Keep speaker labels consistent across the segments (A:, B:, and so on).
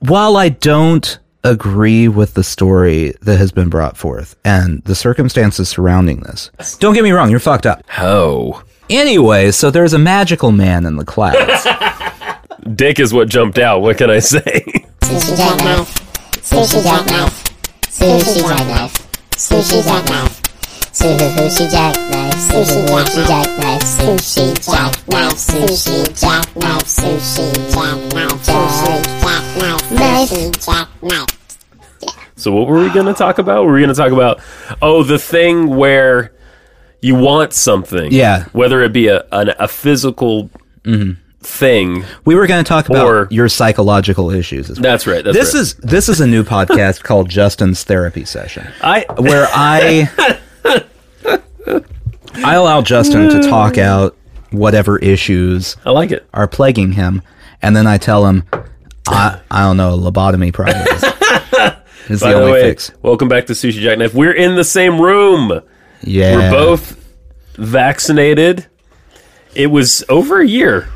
A: while I don't agree with the story that has been brought forth and the circumstances surrounding this, don't get me wrong, you're fucked up.
B: Oh.
A: Anyway, so there's a magical man in the clouds.
B: Dick is what jumped out. What can I say?
C: Sushi jackknife. Sushi jackknife. Sushi jackknife. Sushi jackknife. Sushi jackknife. Sushi jackknife. Sushi jackknife. Sushi jackknife. Sushi jackknife. Sushi jackknife. Sushi jackknife.
B: So what were we going to talk about? We were going to talk about oh the thing where you want something,
A: Yeah. Mm-hmm.
B: whether it be a an, a physical thing.
A: we were going to talk about
B: Or-
A: your psychological issues. As well.
B: That's right. That's
A: this is this is a new podcast called Justin's Therapy Session.
B: I
A: where I I allow Justin to talk out whatever issues
B: I like it.
A: are plaguing him, and then I tell him I I don't know lobotomy probably is, is the
B: By the
A: only
B: way,
A: fix.
B: welcome back to Sushi Jackknife. We're in the same room.
A: Yeah,
B: We're both vaccinated. It was over a year.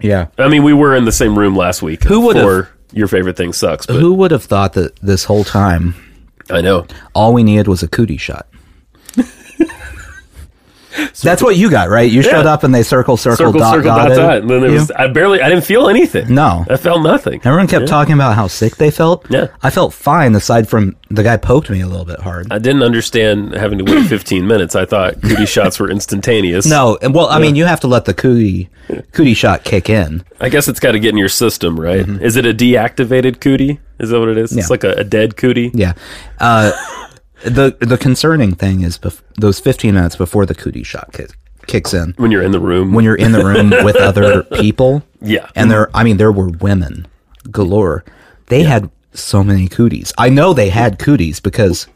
A: yeah.
B: I mean, we were in the same room last week.
A: Who would've-
B: for Your favorite thing sucks, but
A: Who would have thought that this whole time
B: I know.
A: all we needed was a cootie shot? That's what you got, right? You showed
B: Yeah.
A: up and they circle, circle,
B: Circle,
A: dot,
B: circle, dot,
A: dotted
B: dot. And then it
A: you.
B: was, I barely, I didn't feel anything.
A: No.
B: I felt nothing.
A: Everyone kept talking about how sick they felt.
B: Yeah.
A: I felt fine aside from the guy poked me a little bit hard.
B: I didn't understand having to wait 15 minutes. I thought cootie shots were instantaneous.
A: no, and- well, I mean, you have to let the cootie cootie shot kick in.
B: I guess it's got to get in your system, right? Is it a deactivated cootie? Is that what it is?
A: Mm-hmm. Yeah.
B: It's like a, a dead cootie.
A: Yeah. Uh, the the concerning thing is bef- those 15 minutes before the cootie shot ki- kicks in
B: When you're in the room.
A: when you're in the room with other people.
B: yeah.
A: And there, I mean, there were women galore. They had so many cooties. I know they had cooties because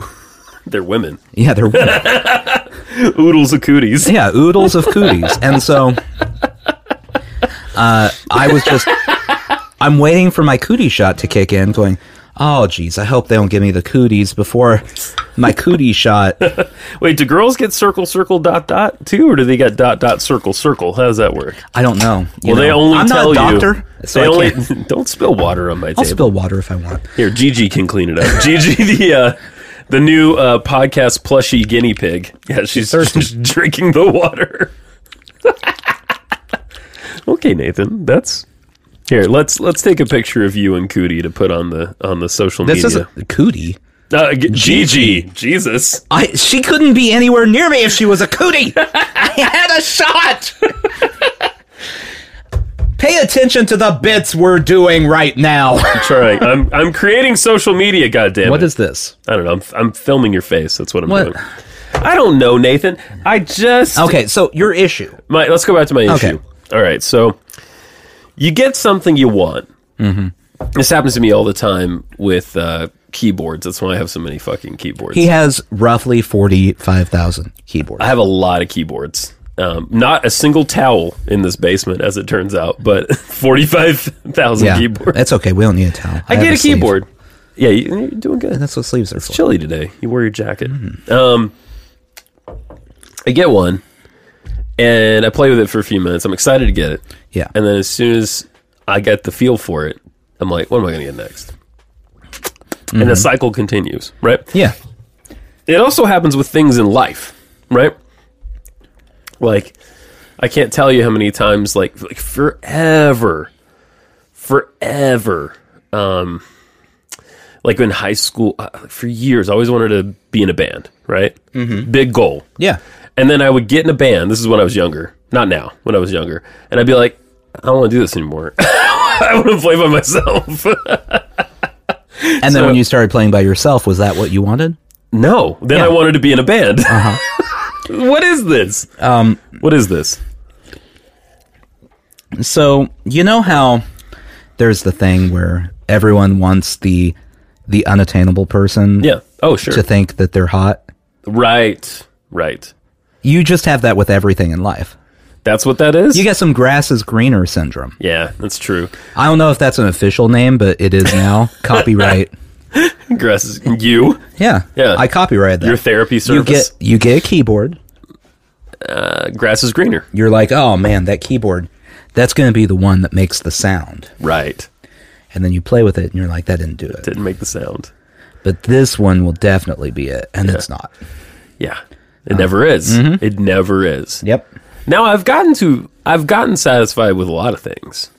B: They're women.
A: yeah, they're women.
B: Oodles of cooties.
A: Yeah, oodles of cooties. And so uh, I was just, I'm waiting for my cootie shot to kick in, going, oh, geez, I hope they don't give me the cooties before my cootie shot.
B: Wait, do girls get circle, circle, dot, dot too? Or do they get dot, dot, circle, circle? How does that work?
A: I don't know. you
B: Well, they
A: know.
B: only
A: I'm
B: tell
A: not a
B: you-
A: doctor, so
B: they
A: I
B: only,
A: can't.
B: don't spill water on my
A: I'll
B: table.
A: spill water if I want.
B: Here, Gigi can clean it up. Gigi, the uh, the new uh, podcast plushie guinea pig. Yeah, she's just drinking the water. okay, Nathan, that's here. Let's let's take a picture of you and Cootie to put on the on the social
A: This
B: media.
A: is cootie.
B: Uh, G- Gigi, Jesus,
A: I, she couldn't be anywhere near me if she was a cootie. I had a shot. Pay attention to the bits we're doing right now.
B: I'm trying. I'm I'm creating social media. Goddamn
A: What
B: it.
A: is this?
B: I don't know. I'm, I'm filming your face. That's what I'm
A: What?
B: doing. I don't know, Nathan. I just
A: Okay, so your issue.
B: My, let's go back to my
A: Okay.
B: issue. All right, so you get something you want. Mm-hmm. This happens to me all the time with uh, keyboards. That's why I have so many fucking keyboards.
A: He has roughly 45,000 keyboards.
B: I have a lot of keyboards. Um, not a single towel in this basement, as it turns out, but forty-five thousand
A: yeah,
B: keyboards.
A: that's okay. We don't need a towel.
B: I,
A: have
B: get a
A: sleeve.
B: keyboard. Yeah, you, you're doing good.
A: That's what sleeves are
B: It's
A: for.
B: chilly today. You wore your jacket. Um, I get one, and I play with it for a few minutes. I'm excited to get it.
A: Yeah.
B: And then as soon as I get the feel for it, I'm like, what am I going to get next? And the cycle continues, right?
A: yeah.
B: It also happens with things in life, right? Like, I can't tell you how many times, like, like forever, forever, um, like in high school, uh, for years, I always wanted to be in a band, right? Mm-hmm. Big goal.
A: Yeah.
B: And then I would get in a band. This is when I was younger, not now, when I was younger. And I'd be like, I don't want to do this anymore. I want to play by myself.
A: And then when you started playing by yourself, was that what you wanted?
B: no. Then I
A: Yeah. Uh-huh.
B: wanted to be in a band. what is this? Um, what is this?
A: So, you know how there's the thing where everyone wants the the unattainable person
B: Yeah. Oh, sure.
A: to think that they're hot?
B: right. Right.
A: You just have that with everything in life.
B: That's what that is?
A: You get some grass is greener syndrome.
B: yeah, that's true.
A: I don't know if that's an official name, but it is now. Copyright.
B: Grass is you,
A: Yeah.
B: Yeah.
A: I copyrighted that.
B: your therapy
A: you
B: service.
A: get you get a keyboard.
B: uh, grass is greener.
A: You're like, oh man, that keyboard, that's going to be the one that makes the sound.
B: Right.
A: and then you play with it, and you're like, that didn't do it.
B: Didn't make the sound.
A: But this one will definitely be it, and it's not.
B: Yeah.
A: Uh-huh.
B: It never is.
A: Mm-hmm.
B: It never is.
A: Yep.
B: Now I've gotten to I've gotten satisfied with a lot of things.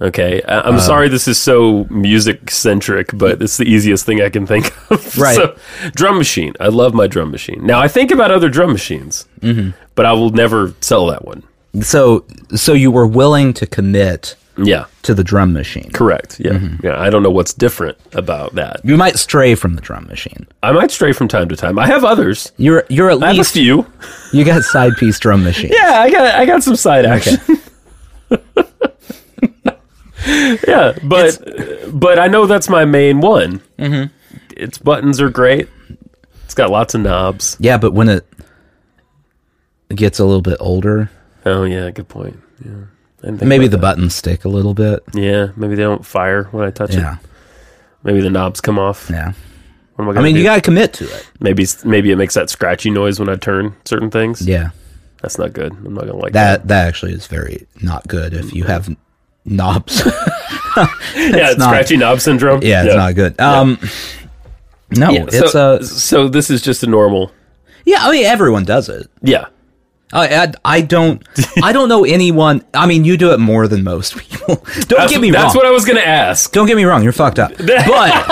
B: Okay, I, I'm sorry this is so music centric, but it's the easiest thing I can think of.
A: Right.
B: So, drum machine. I love my drum machine. Now I think about other drum machines, but I will never sell that one.
A: So, so you were willing to commit
B: Yeah.
A: to the drum machine.
B: Correct. Yeah. Yeah. I don't know what's different about that.
A: You might stray from the drum machine.
B: I might stray from time to time. I have others.
A: You're you're at
B: I have a
A: least
B: few.
A: you got side piece drum machine.
B: Yeah, I got I got some side action. yeah, but but I know that's my main one. Mm-hmm. Its buttons are great. It's got lots of knobs.
A: Yeah, but when it gets a little bit older,
B: Oh yeah, good point. Yeah, I didn't think
A: maybe the
B: about
A: buttons stick a little bit.
B: that. yeah maybe they don't fire when I touch
A: Yeah,
B: it. Maybe the knobs come off.
A: yeah.
B: What am I,
A: I
B: gonna
A: mean,
B: do?
A: you got to commit to it.
B: maybe s- maybe it makes that scratchy noise when I turn certain things.
A: Yeah,
B: that's not good. I'm not gonna like that.
A: that that actually is very not good if you have knobs.
B: yeah, it's
A: not-
B: scratchy knob syndrome.
A: yeah, it's not good. Um, no,
B: Yeah,
A: it's
B: so,
A: a
B: so this is just a normal.
A: yeah. I mean, everyone does it.
B: Yeah,
A: I, I, I don't I don't know anyone. I mean, you do it more than most people. Don't
B: that's,
A: get me
B: that's
A: wrong.
B: what I was gonna ask.
A: don't get me wrong. You're fucked up. But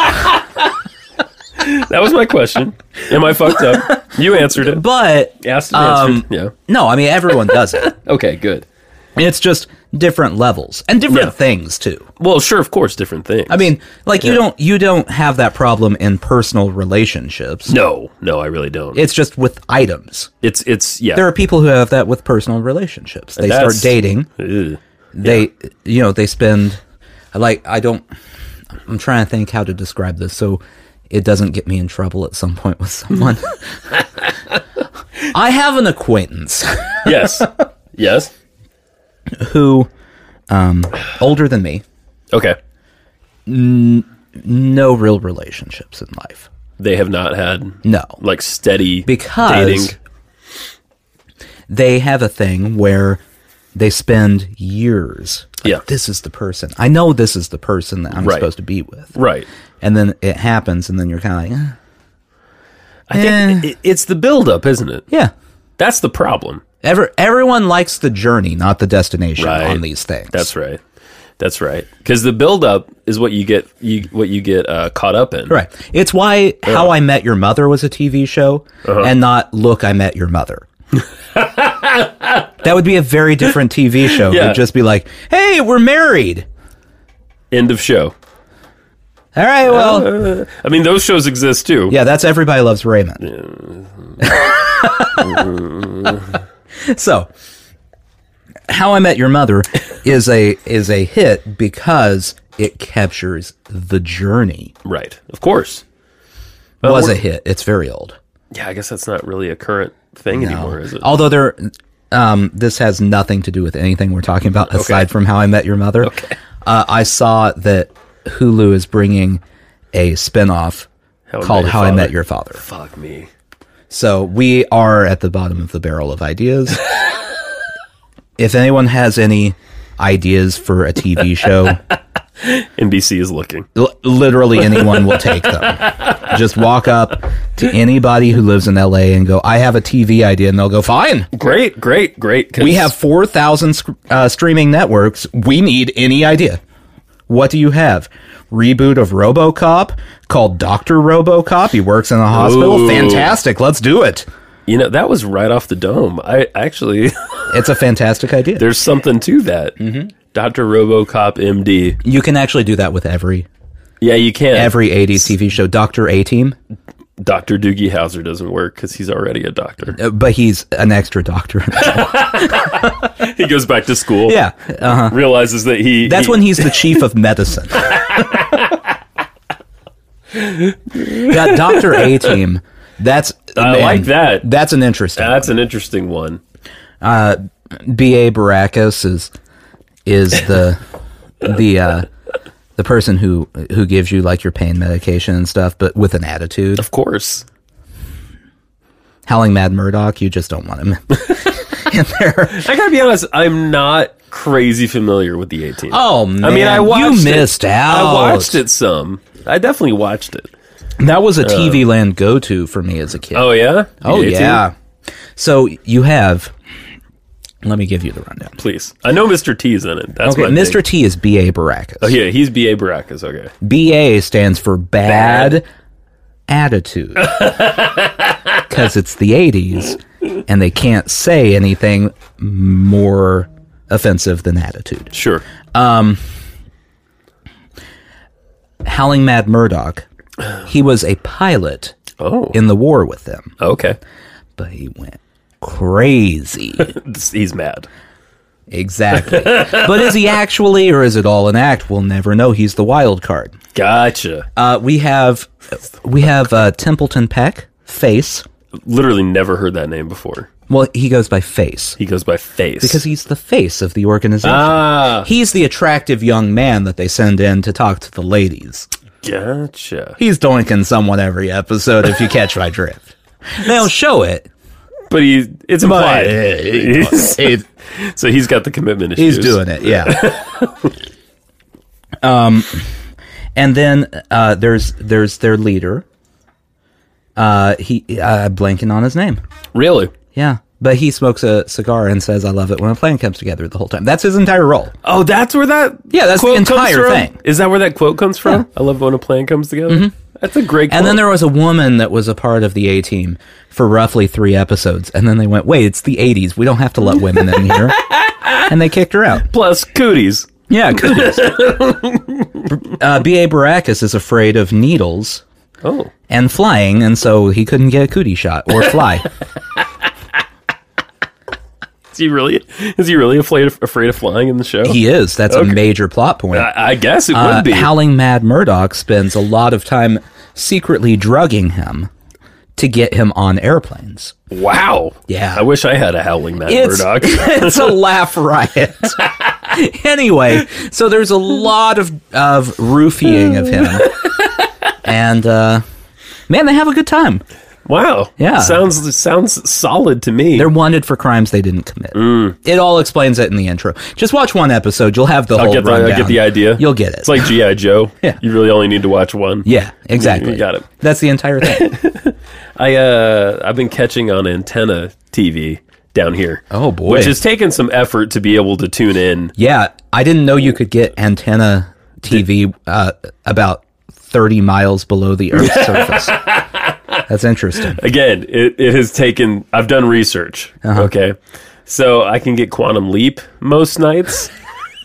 B: That was my question. Am I fucked up? You answered it.
A: but
B: Asked and
A: um,
B: answered. Yeah.
A: no, I mean everyone does it.
B: Okay, good.
A: And it's just different levels and different
B: Yeah.
A: things too.
B: Well, sure, of course, different things.
A: I mean, like you don't you don't have that problem in personal relationships.
B: no, no, I really don't.
A: It's just with items.
B: it's it's yeah.
A: There are people who have that with personal relationships. They start
B: That's-
A: dating.
B: Ugh.
A: They you know, they spend like I don't I'm trying to think how to describe this so it doesn't get me in trouble at some point with someone. I have an acquaintance
B: yes, yes.
A: who um older than me,
B: Okay,
A: no real relationships in life.
B: they have not had
A: No.
B: like steady
A: Because-
B: dating.
A: they have a thing where they spend years. like,
B: Yeah.
A: This is the person. I know this is the person that I'm
B: Right.
A: supposed to be with.
B: Right.
A: And then it happens, and then you're kind of like, eh,
B: I think it, it's the buildup, isn't it?
A: yeah.
B: That's the problem.
A: Ever, everyone likes the journey, not the destination
B: Right.
A: on these things.
B: That's right. That's right. Because the buildup is what you get you what you get uh, caught up in.
A: right. It's why How I Met Your Mother was a TV show
B: Uh-huh.
A: and not Look, I Met Your Mother. that would be a very different TV show. It
B: Yeah.
A: would just be like, hey, we're married.
B: End of show.
A: All right, well,
B: I mean, those shows exist too.
A: Yeah, that's Everybody Loves Raymond. so, How I Met Your Mother is a is a hit because it captures the journey.
B: Right. Of course.
A: Was a
B: we're-
A: hit. It's very old.
B: Yeah, I guess that's not really a current thing anymore, is it?
A: Although there um, this has nothing to do with anything we're talking about aside from How I Met Your Mother.
B: Okay.
A: Uh, I saw that Hulu is bringing a spinoff
B: I Met
A: called
B: Your
A: How I
B: Oh, Father.
A: Met Your Father.
B: Fuck me.
A: So we are at the bottom of the barrel of ideas. if anyone has any ideas for a TV show,
B: NBC is looking.
A: l- literally anyone will take them. Just walk up to anybody who lives in LA and go, "I have a TV idea," and they'll go, "Fine."
B: Great, great, great. 'cause
A: We have 4,000 sc- uh, streaming networks. We need any idea. What do you have? Reboot of RoboCop called Dr. RoboCop. He works in a hospital.
B: Ooh.
A: Fantastic. Let's do it.
B: you know that was right off the dome. I actually
A: It's a fantastic idea.
B: there's something to that.
A: Mm-hmm.
B: Doctor RoboCop MD.
A: You can actually do that with every
B: Yeah, you can.
A: every 80s TV show. Doctor A Team,
B: Doctor Doogie Howser doesn't work because he's already a doctor.
A: Uh, but he's an extra doctor.
B: he goes back to school.
A: yeah, uh-huh.
B: realizes that he.
A: that's
B: he-
A: when he's the chief of medicine. yeah, Doctor A Team. That's
B: I like that.
A: That's an interesting.
B: That's an interesting one.
A: B A Baracus is is the the uh, the person who who gives you like your pain medication and stuff, but with an attitude.
B: Of course.
A: Howling Mad Murdoch, you just don't want him. in there.
B: I gotta be honest, I'm not crazy familiar with the 18.
A: Oh man,
B: I mean, I watched
A: you
B: it.
A: missed out.
B: I watched it some. I definitely watched it.
A: That was a TV Land go-to for me as a kid.
B: Oh yeah.
A: Uh, Oh
B: The 18?
A: yeah. So you have. Let me give you the rundown.
B: Please, I know Mr. T's in it. That's
A: Okay,
B: my
A: Mr.
B: Thing.
A: T is B.A. Baracus.
B: Oh yeah, he's B. A. Baracus. Okay.
A: BA stands for bad, attitude. Because it's the 80s and they can't say anything more offensive than attitude.
B: Sure.
A: Howling Mad Murdoch, he was a pilot
B: Oh.
A: in the war with them,
B: okay.
A: but he went crazy.
B: He's mad.
A: exactly. But is he actually or is it all an act? We'll never know. He's the wild card.
B: Gotcha.
A: Uh, we have we have uh, Templeton Peck, Face.
B: Literally never heard that name before.
A: Well, he goes by Face.
B: He goes by Face.
A: because he's the face of the organization.
B: ah,
A: he's the attractive young man that they send in to talk to the ladies.
B: gotcha.
A: He's doinking someone every episode, if you catch my drift. They'll show it.
B: But he, it's implied. He's-
A: It-
B: so he's got the commitment issues.
A: he's doing it, yeah. um, and then uh, there's there's their leader. Uh, he uh, blanking on his name.
B: Really?
A: Yeah, but he smokes a cigar and says, "I love it when a plan comes together." The whole time. That's his entire role.
B: Oh, that's where that
A: Yeah, that's the
B: quote
A: entire
B: comes from?
A: thing. Mm-hmm.
B: Is that where that quote comes from? I love when a plan comes together. That's a great. Quote.
A: And then there was a woman that was a part of the A team for roughly three episodes. And then they went, wait, it's the 80s. We don't have to let women in here. and they kicked her out.
B: plus cooties.
A: Yeah, goodness. uh, B.A. Baracus is afraid of needles
B: Oh,
A: and flying, and so he couldn't get a cootie shot or fly.
B: is he really? Is he really afraid of, afraid of flying in the show?
A: he is. That's a major plot point.
B: I, I guess it
A: Uh,
B: would be.
A: Howling Mad Murdoch spends a lot of time secretly drugging him to get him on airplanes.
B: wow.
A: Yeah.
B: I wish I had a howling Matt Murdoch.
A: it's a laugh riot. anyway, so there's a lot of of roofying of him, and uh, man, they have a good time.
B: Wow.
A: Yeah.
B: Sounds sounds solid to me.
A: They're wanted for crimes they didn't commit.
B: Mm.
A: It all explains it in the intro. Just watch one episode; you'll have the
B: I'll
A: whole
B: get the,
A: rundown.
B: I get the idea.
A: You'll get it.
B: It's like GI Joe.
A: Yeah.
B: You really only need to watch one.
A: yeah, exactly.
B: You got it.
A: That's the entire thing.
B: I uh I've been catching on antenna TV down here.
A: Oh, boy.
B: Which has taken some effort to be able to tune in.
A: yeah, I didn't know you could get antenna TV uh, about thirty miles below the Earth's surface. That's interesting.
B: Again, it, it has taken I've done research.
A: Uh-huh.
B: Okay. So I can get Quantum Leap most nights.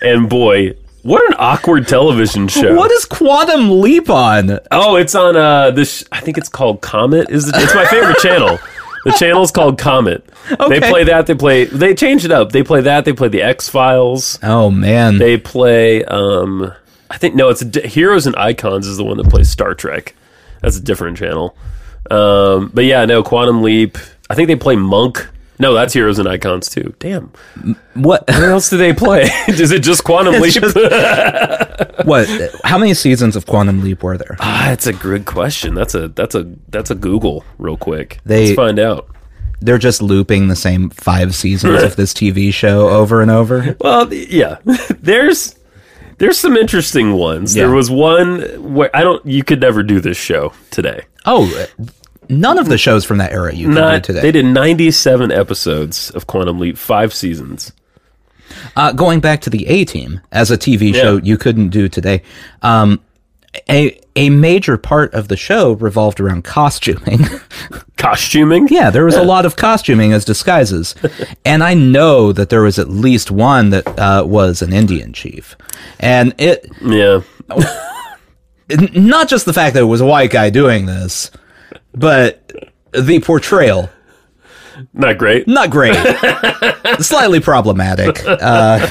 B: and boy, what an awkward television show.
A: What is Quantum Leap on?
B: Oh, it's on uh this. I think it's called Comet. Is the, it's my favorite channel. The channel's called Comet. They
A: Okay.
B: play that. They play. They change it up. They play that. They play the X Files.
A: Oh man,
B: They play. Um, I think no. It's D- Heroes and Icons is the one that plays Star Trek. That's a different channel. Um, but yeah, no Quantum Leap. I think they play Monk. No, that's Heroes and Icons too. Damn.
A: what?
B: What else do they play? is it just Quantum Leap?
A: what? How many seasons of Quantum Leap were there?
B: Ah, that's a good question. That's a that's a that's a Google real quick.
A: They-
B: Let's find out.
A: They're just looping the same five seasons of this TV show over and over.
B: Well, th- yeah. there's there's some interesting ones.
A: Yeah.
B: There was one where I don't. You could never do this show today.
A: Oh, none of the shows from that era you can
B: Not
A: do
B: they
A: today.
B: did 97 episodes of Quantum Leap, five seasons.
A: Uh, going back to the A Team as a TV
B: Yeah.
A: show you couldn't do today. Um, a a major part of the show revolved around costuming.
B: Costuming.
A: Yeah, there was a lot of costuming as disguises. and I know that there was at least one that uh, was an Indian chief. And it,
B: Yeah.
A: n- not just the fact that it was a white guy doing this, but the portrayal,
B: Not great.
A: not great, slightly problematic. Uh,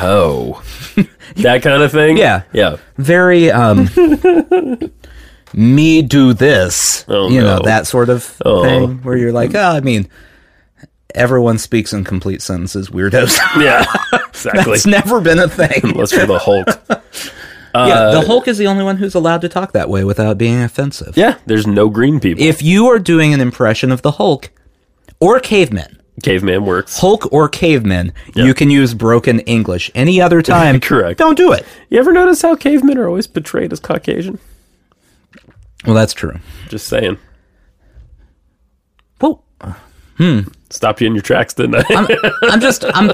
B: Oh. that kind of thing.
A: Yeah.
B: Yeah.
A: very, um, me do this,
B: Oh,
A: you know,
B: no.
A: that sort of
B: Oh.
A: thing where you're like, oh, I mean, everyone speaks in complete sentences, weirdos.
B: Yeah. Exactly.
A: it's never been a thing.
B: Unless you're the Hulk. uh,
A: Yeah, the Hulk is the only one who's allowed to talk that way without being offensive.
B: Yeah. There's no green people.
A: If you are doing an impression of the Hulk or cavemen,
B: Caveman works.
A: Hulk or caveman, you can use broken English. Any other time,
B: Correct.
A: Don't do it.
B: You ever notice how cavemen are always portrayed as Caucasian?
A: Well, that's true.
B: Just saying.
A: Well,
B: Stopped you in your tracks, didn't I?
A: I'm just I'm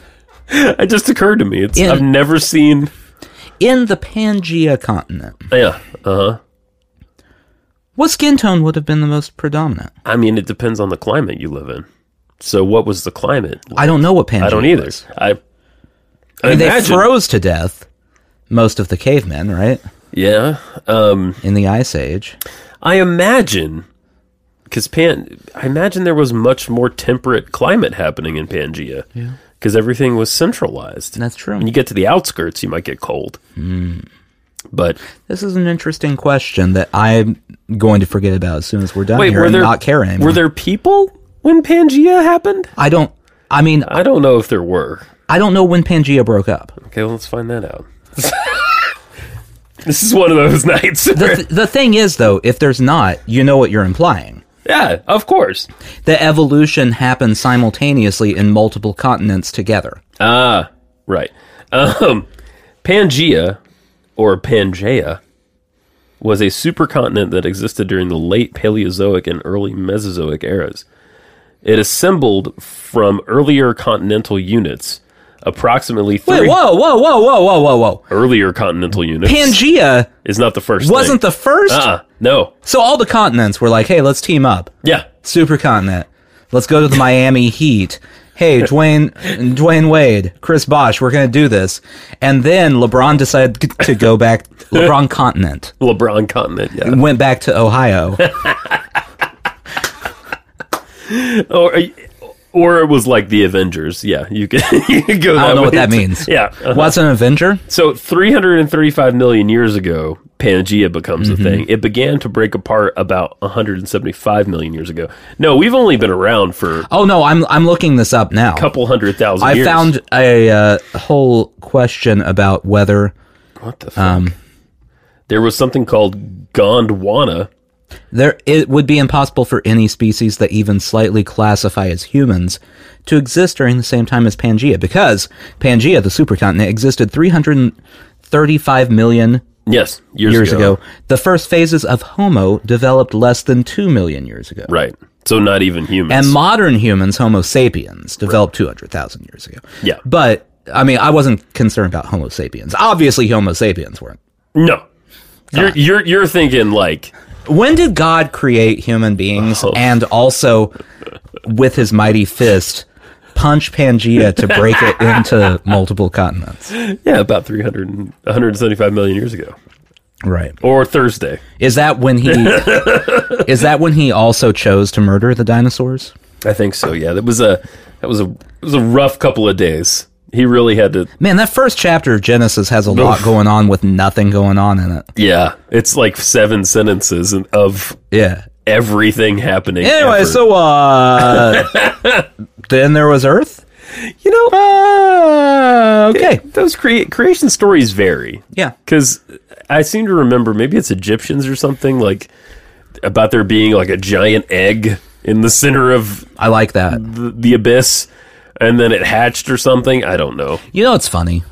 B: it just occurred to me. It's
A: Yeah.
B: I've never seen.
A: in the Pangea continent.
B: Yeah. Uh huh.
A: What skin tone would have been the most predominant?
B: I mean, it depends on the climate you live in. So, what was the climate?
A: I don't know what Pangea.
B: I don't either.
A: was.
B: I.
A: I mean, they
B: imagine-
A: froze to death most of the cavemen, right?
B: Yeah. Um.
A: In the Ice Age.
B: I imagine because Pan, I imagine there was much more temperate climate happening in Pangea. Yeah. Because everything was centralized.
A: That's true. Hmm.
B: When you get to the outskirts, you might get cold. But
A: This is an interesting question that I'm going to forget about as soon as we're done
B: wait,
A: here
B: were
A: and
B: there
A: not care anymore.
B: were there people when Pangea happened?
A: I don't. I mean,
B: I don't know if there were.
A: I don't know when Pangea broke up.
B: Okay, well, let's find that out. this is one of those nights.
A: The, th- the thing is, though, if there's not, you know what you're implying.
B: yeah, of course.
A: The evolution happens simultaneously in multiple continents together.
B: Ah, right. Um, Pangea, or Pangea, was a supercontinent that existed during the late Paleozoic and early Mesozoic eras. It assembled from earlier continental units, approximately three
A: Wait, whoa, whoa, whoa, whoa, whoa, whoa, whoa!
B: earlier continental units.
A: Pangea
B: is not the first.
A: wasn't the first.
B: uh no.
A: So all the continents were like, "Hey, let's team up,
B: Yeah,
A: supercontinent. Let's go to the Miami Heat." Hey, Dwayne, Dwayne Wade, Chris Bosh, we're gonna do this. And then LeBron decided g- to go back. LeBron continent
B: LeBron continent. Yeah.
A: went back to Ohio.
B: or uh, or it was like the Avengers. Yeah, you could, you could go.
A: I
B: that
A: don't know what
B: way
A: that
B: too.
A: means.
B: Yeah. uh-huh.
A: What's an Avenger?
B: So 335 million years ago, Pangea becomes
A: Mm-hmm.
B: a thing. It began to break apart about 175 million years ago. No, we've only been around for a
A: Oh no, I'm I'm looking this up now.
B: couple hundred thousand
A: I
B: years.
A: found a uh, whole question about whether
B: what the fuck?
A: um,
B: there was something called Gondwana.
A: there it would be impossible for any species that even slightly classify as humans to exist during the same time as Pangea because Pangea, the supercontinent, existed 335 million
B: Yes, years,
A: years ago. The first phases of Homo developed less than 2 million years ago.
B: Right. So not even humans.
A: And modern humans, Homo sapiens, developed 200,000 years ago.
B: Yeah.
A: But, I mean, I wasn't concerned about Homo sapiens. Obviously, Homo sapiens weren't.
B: no.
A: Ah.
B: You're, you're you're thinking like
A: When did God create human beings and also, with his mighty fist, punch Pangea to break it into multiple continents?
B: yeah about 300 and- 175 million years ago
A: Right.
B: or Thursday.
A: Is that when he is that when he also chose to murder the dinosaurs?
B: I think so. Yeah, that was a that was a it was a rough couple of days. He really had to
A: Man, that first chapter of Genesis has a lot going on with nothing going on in it.
B: Yeah, it's like seven sentences and- of
A: Yeah.
B: everything happening.
A: Anyway,
B: ever.
A: so uh then there was Earth? Uh,
B: you know,
A: okay.
B: those crea- creation stories vary.
A: Yeah.
B: because I seem to remember maybe it's Egyptians or something like about there being like a giant egg in the center of
A: I like that.
B: the, the abyss, and then it hatched or something. I don't know.
A: You know, it's funny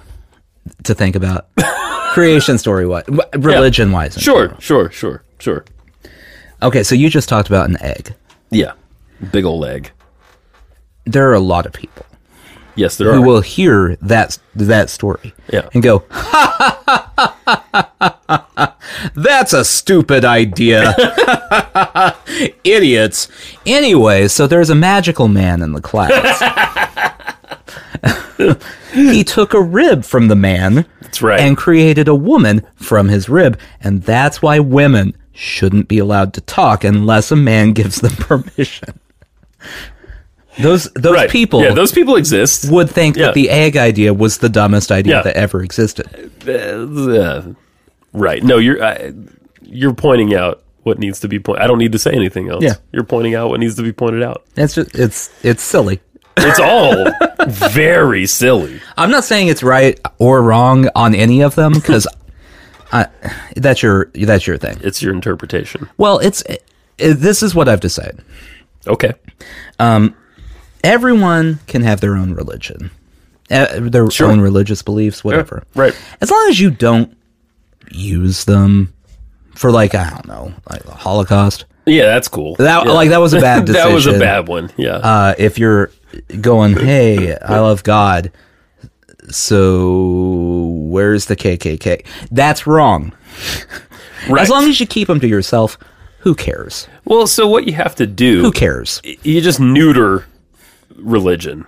A: to think about creation story wise, religion wise.
B: Sure, sure, sure, sure.
A: Okay, so you just talked about an egg.
B: Yeah, big old egg.
A: There are a lot of people
B: Yes, there
A: who
B: are.
A: will hear that that story
B: Yeah.
A: and go, ha, ha, ha, ha, ha, ha, ha. "That's a stupid idea, idiots." Anyway, so there's a magical man in the class. he took a rib from the man
B: That's right.
A: and created a woman from his rib, and that's why women shouldn't be allowed to talk unless a man gives them permission. Those those
B: right.
A: people
B: Yeah, those people exist.
A: would think
B: Yeah.
A: that the egg idea was the dumbest idea
B: Yeah.
A: that ever existed.
B: Uh, right. No, you're I, you're pointing out what needs to be pointed. I don't need to say anything else.
A: Yeah.
B: You're pointing out what needs to be pointed out.
A: It's just it's it's silly.
B: It's all very silly.
A: I'm not saying it's right or wrong on any of them because that's your that's your thing.
B: It's your interpretation.
A: Well, it's it, this is what I've decided.
B: Okay.
A: everyone can have their own religion, eh, their
B: Sure.
A: own religious beliefs, whatever.
B: Right.
A: As long as you don't use them for like I don't know, like the Holocaust.
B: Yeah, that's cool.
A: That
B: Yeah.
A: like that was a bad decision.
B: that was a bad one. Yeah.
A: Uh, if you're going, hey, I love God, so where's the KKK? That's wrong.
B: right.
A: As long as you keep them to yourself, who cares?
B: well, so what you have to
A: Who
B: do,
A: cares?
B: you just neuter religion.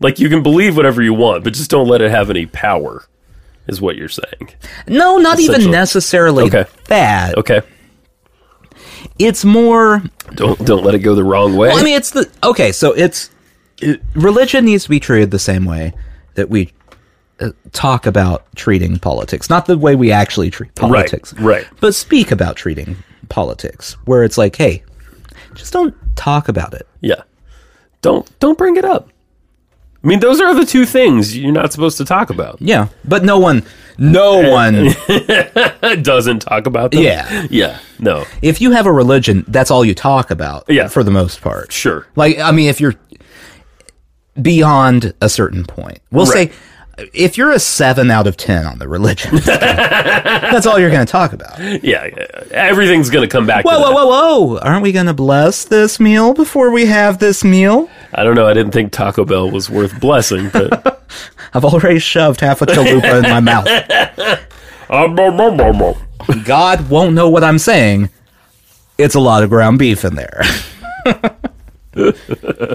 B: Like you can believe whatever you want, but just don't let it have any power. Is what you're saying.
A: No, not even
B: Essentially.
A: necessarily
B: Okay.
A: that.
B: Okay.
A: It's more
B: Don't don't let it go the wrong way.
A: Well, I mean, it's the okay. So it's it- religion needs to be treated the same way that we uh, talk about treating politics, not the way we actually treat politics,
B: right.
A: But speak about treating politics, where it's like, hey, just don't talk about it.
B: yeah. Don't don't bring it up. I mean, those are the two things you're not supposed to talk about.
A: Yeah, but no one, no one.
B: doesn't talk about them.
A: Yeah.
B: Yeah. No.
A: if you have a religion, that's all you talk about.
B: Yeah.
A: for the most part.
B: Sure.
A: Like, I mean, if you're beyond a certain point, we'll
B: Right.
A: say if you're a seven out of 10 on the religion, scale, that's all you're going to talk about. Whoa,
B: Yeah. yeah. Everything's going to come back to
A: whoa,
B: that.
A: whoa, whoa. Aren't we going to bless this meal before we have this meal?
B: I don't know. I didn't think Taco Bell was worth blessing, but.
A: I've already shoved half a chalupa in my mouth. God won't know what I'm saying. It's a lot of ground beef in there.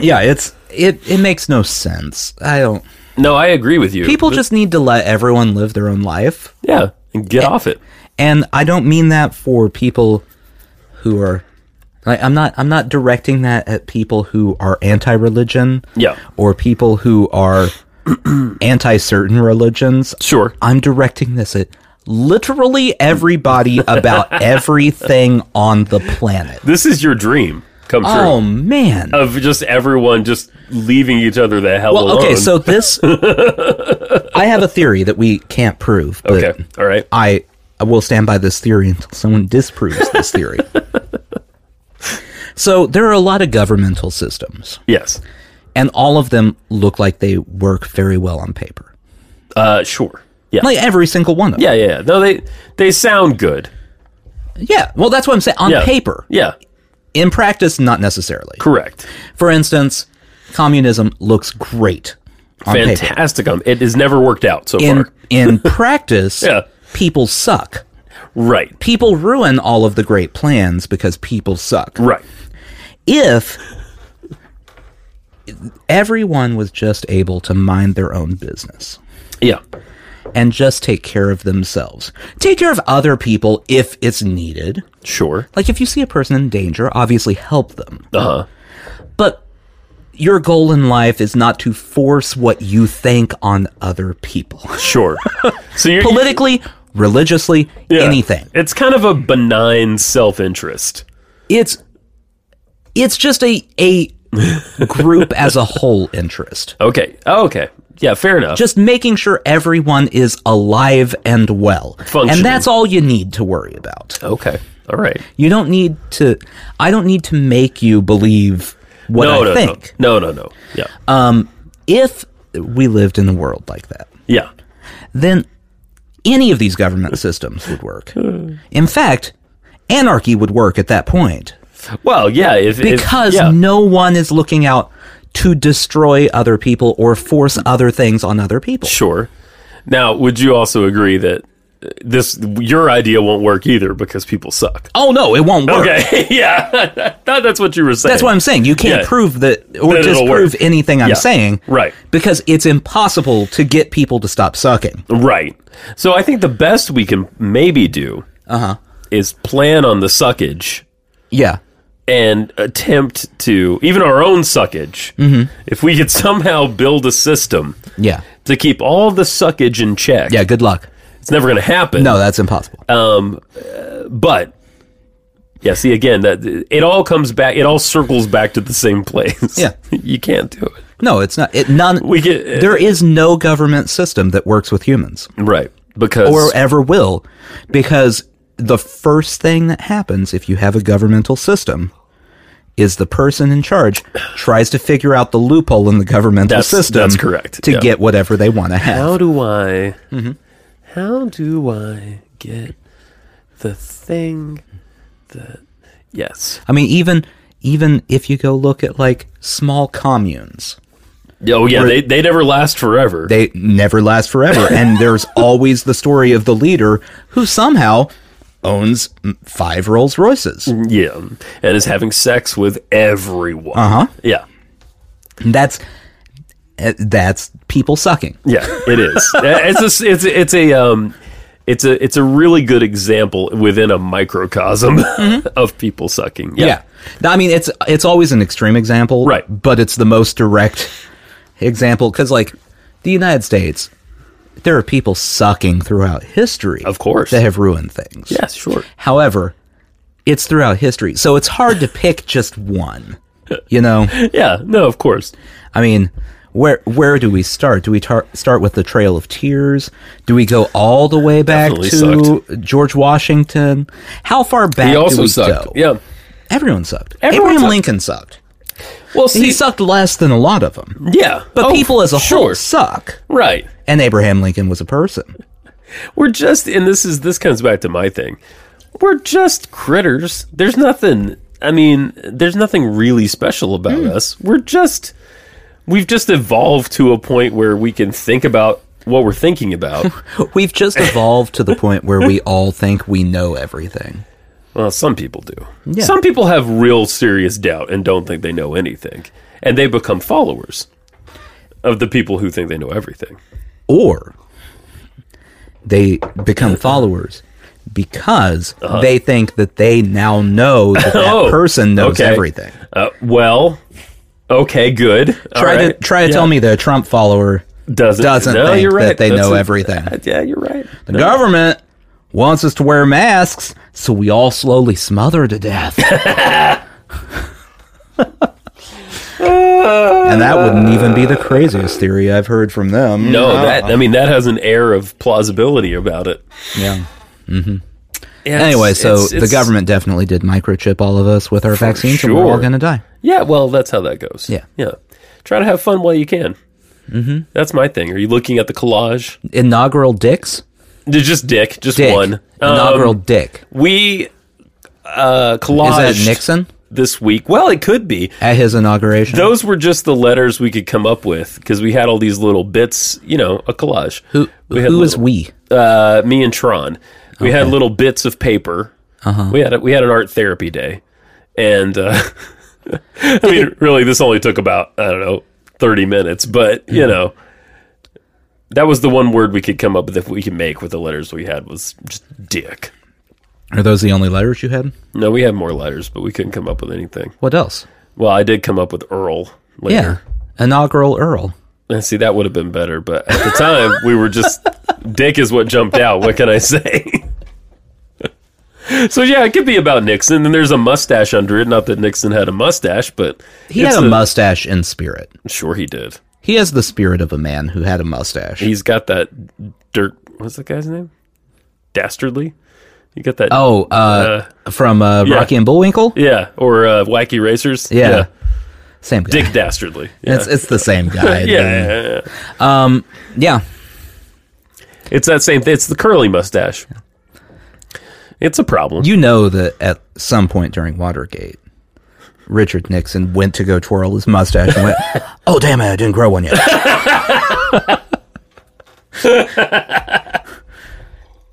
A: yeah, it's it it makes no sense. I don't
B: no, I agree with you.
A: people just need to let everyone live their own life.
B: Yeah. And get off it.
A: and I don't mean that for people who are like I'm not I'm not directing that at people who are anti-religion
B: Yeah.
A: or people who are anti-certain religions.
B: Sure.
A: I'm directing this at literally everybody about everything on the planet.
B: This is your dream come true.
A: Oh man.
B: Of just everyone just leaving each other the hell
A: well,
B: alone.
A: okay, so this I have a theory that we can't prove, but
B: Okay. All right.
A: I I will stand by this theory until someone disproves this theory. so there are a lot of governmental systems,
B: Yes.
A: and all of them look like they work very well on paper.
B: Uh, sure. Yeah.
A: Like every single one of them.
B: yeah. Yeah. Yeah. No, they they sound good.
A: Yeah. Well, that's what I'm saying. On
B: Yeah.
A: paper,
B: Yeah.
A: in practice, not necessarily.
B: Correct.
A: For instance, communism looks great on paper.
B: Fantastic. Um, it has never worked out so
A: In
B: far.
A: in practice,
B: Yeah.
A: people suck.
B: Right.
A: People ruin all of the great plans because people suck.
B: Right.
A: if everyone was just able to mind their own business
B: Yeah.
A: and just take care of themselves, take care of other people if it's needed.
B: Sure.
A: Like if you see a person in danger, obviously help them.
B: Uh huh.
A: But your goal in life is not to force what you think on other people.
B: Sure. So you're
A: Politically, religiously,
B: yeah.
A: anything.
B: It's kind of a benign self interest.
A: It's it's just a a group as a whole interest.
B: Okay. Oh, okay. Yeah. Fair enough.
A: just making sure everyone is alive and well.
B: Functioning.
A: And that's all you need to worry about.
B: okay. All right.
A: You don't need to I don't need to make you believe what
B: No.
A: I
B: no.
A: think. Um,
B: No. No. No. No. Yeah.
A: If we lived in a world like that,
B: yeah.
A: then any of these government systems would work. In fact, anarchy would work at that point
B: Well. Yeah. If if-
A: because
B: yeah.
A: no one is looking out to destroy other people or force other things on other people.
B: Sure. Now, would you also agree that uh, this your idea won't work either because people suck?
A: Oh no, it won't work.
B: Okay. yeah. That- that's what you were saying.
A: That's what I'm saying. You can't
B: Yeah.
A: prove that or
B: That it'll
A: disprove
B: work.
A: anything I'm
B: Yeah.
A: saying.
B: Right.
A: Because it's impossible to get people to stop sucking.
B: Right. So I think the best we can maybe do
A: Uh-huh.
B: is plan on the suckage
A: Yeah.
B: and attempt to even our own suckage. If we could somehow build a system
A: Mm-hmm. Yeah.
B: to keep all the suckage in check,
A: Yeah, good luck.
B: it's never going to happen.
A: No, that's impossible.
B: Uh, but yeah, see again that it all comes back. It all circles back to the same place.
A: Yeah.
B: you can't do it.
A: no, it's not it none
B: We get uh,
A: there is no government system that works with humans
B: right because
A: or ever will because the first thing that happens if you have a governmental system is the person in charge tries to figure out the loophole in the governmental
B: That's-
A: system
B: that's correct,
A: to
B: yeah.
A: get whatever they want to have.
B: How do I? How do I get the thing that? Yes.
A: I mean, even even if you go look at like small communes,
B: Oh yeah, they they never last forever.
A: they never last forever, and there's always the story of the leader who somehow owns mm, five Rolls Royces.
B: yeah, and is having sex with everyone. Uh huh. Yeah. Mm-hmm.
A: That's eh, that's people sucking.
B: Yeah, it is. it's a, it's a, it's a um it's a it's a really good example within a microcosm of people sucking. Mm-hmm. Yeah.
A: No, I mean it's it's always an extreme example,
B: Right.
A: But it's the most direct example because, like, the United States, there are people sucking throughout history,
B: Of course.
A: that have ruined things.
B: Yes, sure.
A: However, it's throughout history, so it's hard to pick just one. You know,
B: Yeah, no, of course.
A: I mean, where where do we start? Do we tar- start with the Trail of Tears? Do we go all the way back
B: Definitely
A: to George Washington? How far back
D: He
A: do
D: also
A: we
D: sucked.
A: go?
B: Yeah.
A: Everyone sucked.
B: Everyone
A: Abraham
B: sucked.
A: Lincoln sucked.
B: Well, see,
A: He sucked less than a lot of them,
B: yeah,
A: but
B: Oh,
A: people as a
D: sure.
A: whole suck.
B: right.
A: And Abraham Lincoln was a person.
B: We're just, and this is this comes back to my thing. We're just critters. There's nothing. I mean, there's nothing really special about
A: Hmm.
B: us. We're just, we've just evolved to a point where we can think about what we're thinking about.
A: We've just evolved to the point where we all think we know everything.
B: Well, some people do. Some people have real serious doubt and don't think they know anything, and they become followers of the people who think they know everything.
A: or they become followers because they think that they now know that that
B: Uh-huh. Oh,
A: person knows
B: okay.
A: everything.
B: Uh, well, okay, good. All
A: Try to
B: right.
A: try to
B: Yeah.
A: tell me the Trump follower
B: doesn't
A: doesn't
B: no,
A: think
B: you're right.
A: that they
B: That's
A: know
B: a-
A: everything.
B: Yeah, you're right.
A: The government wants us to wear masks, so we all slowly smother to death. and that wouldn't even be the craziest theory I've heard from them. Uh,
B: No, that I mean that has an air of plausibility about it.
A: Yeah.
B: It's-
A: Anyway, so
B: it's-
A: the
B: it's-
A: government definitely did microchip all of us with our vaccines, and we're all
B: sure.
A: going to die.
B: Yeah, well, that's how that goes.
A: Yeah.
B: yeah. Try to have fun while you can. Mm-hmm. That's my thing. Are you looking at the collage?
A: Inaugural dicks?
B: Just dick, just
A: Dick.
B: one. Um,
A: Inaugural dick.
B: We uh
A: Is
B: collaged
A: that Nixon
B: this week. Well, it could be.
A: at his inauguration?
B: Those were just the letters we could come up with because we had all these little bits, you know, a collage.
A: who
B: we had
A: who is
B: little-
A: we?
B: Uh, me and Tron. We had little bits of paper. We had a, we had an art therapy day, and uh, I mean, really, this only took about I don't know thirty minutes, but you know, that was the one word we could come up with if we could make with the letters we had was just dick.
A: Are those the only letters you had?
B: No, we had more letters, but we couldn't come up with anything.
A: What else?
B: Well, I did come up with Earl later.
A: Yeah. Inaugural Earl.
B: And see, that would have been better, but at the time we were just Dick is what jumped out. What can I say? so yeah, it could be about Nixon. And there's a mustache under it. Not that Nixon had a mustache, but
A: He
B: it's
A: had a mustache in spirit.
B: Sure, he did.
A: He has the spirit of a man who had a mustache.
B: He's got that dirt. What's that guy's name? Dastardly. You got that?
A: oh, uh, from uh, Rocky and Bullwinkle?
B: yeah, or uh, Wacky Racers.
A: Yeah. Same guy.
B: Dick Dastardly. Yeah.
A: It's, it's the same guy.
B: yeah, yeah, yeah, yeah.
A: Yeah.
B: It's that same thing. It's the curly mustache. It's a problem.
A: You know that at some point during Watergate, Richard Nixon went to go twirl his mustache and went, "Oh damn it, I didn't grow one yet."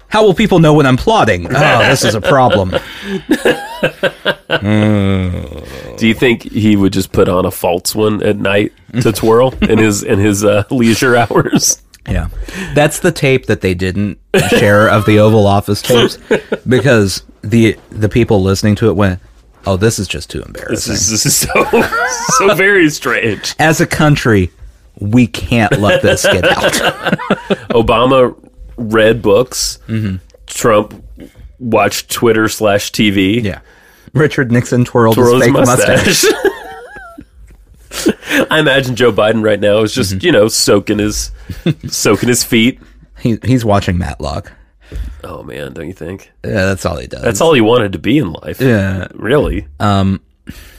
A: How will people know when I'm plotting? Oh, this is a problem.
B: Do you think he would just put on a false one at night to twirl in his in his uh, leisure hours?
A: Yeah, that's the tape that they didn't share of the Oval Office tapes because the the people listening to it went, "Oh, this is just too
B: This
A: embarrassing."
B: is, this is so so very strange.
A: As a country, we can't let this get out.
B: Obama read books.
A: Mm-hmm.
B: Trump watched Twitter slash TV.
A: Yeah. Richard Nixon twirled
B: Twirl
A: his
B: his
A: fake mustache.
B: mustache. I imagine Joe Biden right now is
A: Mm-hmm.
B: just you know soaking his soaking his feet.
A: He, he's watching Matlock.
B: Oh man, don't you think
A: Yeah, that's all he does.
B: that's all he wanted to be in life?
A: Yeah.
B: really.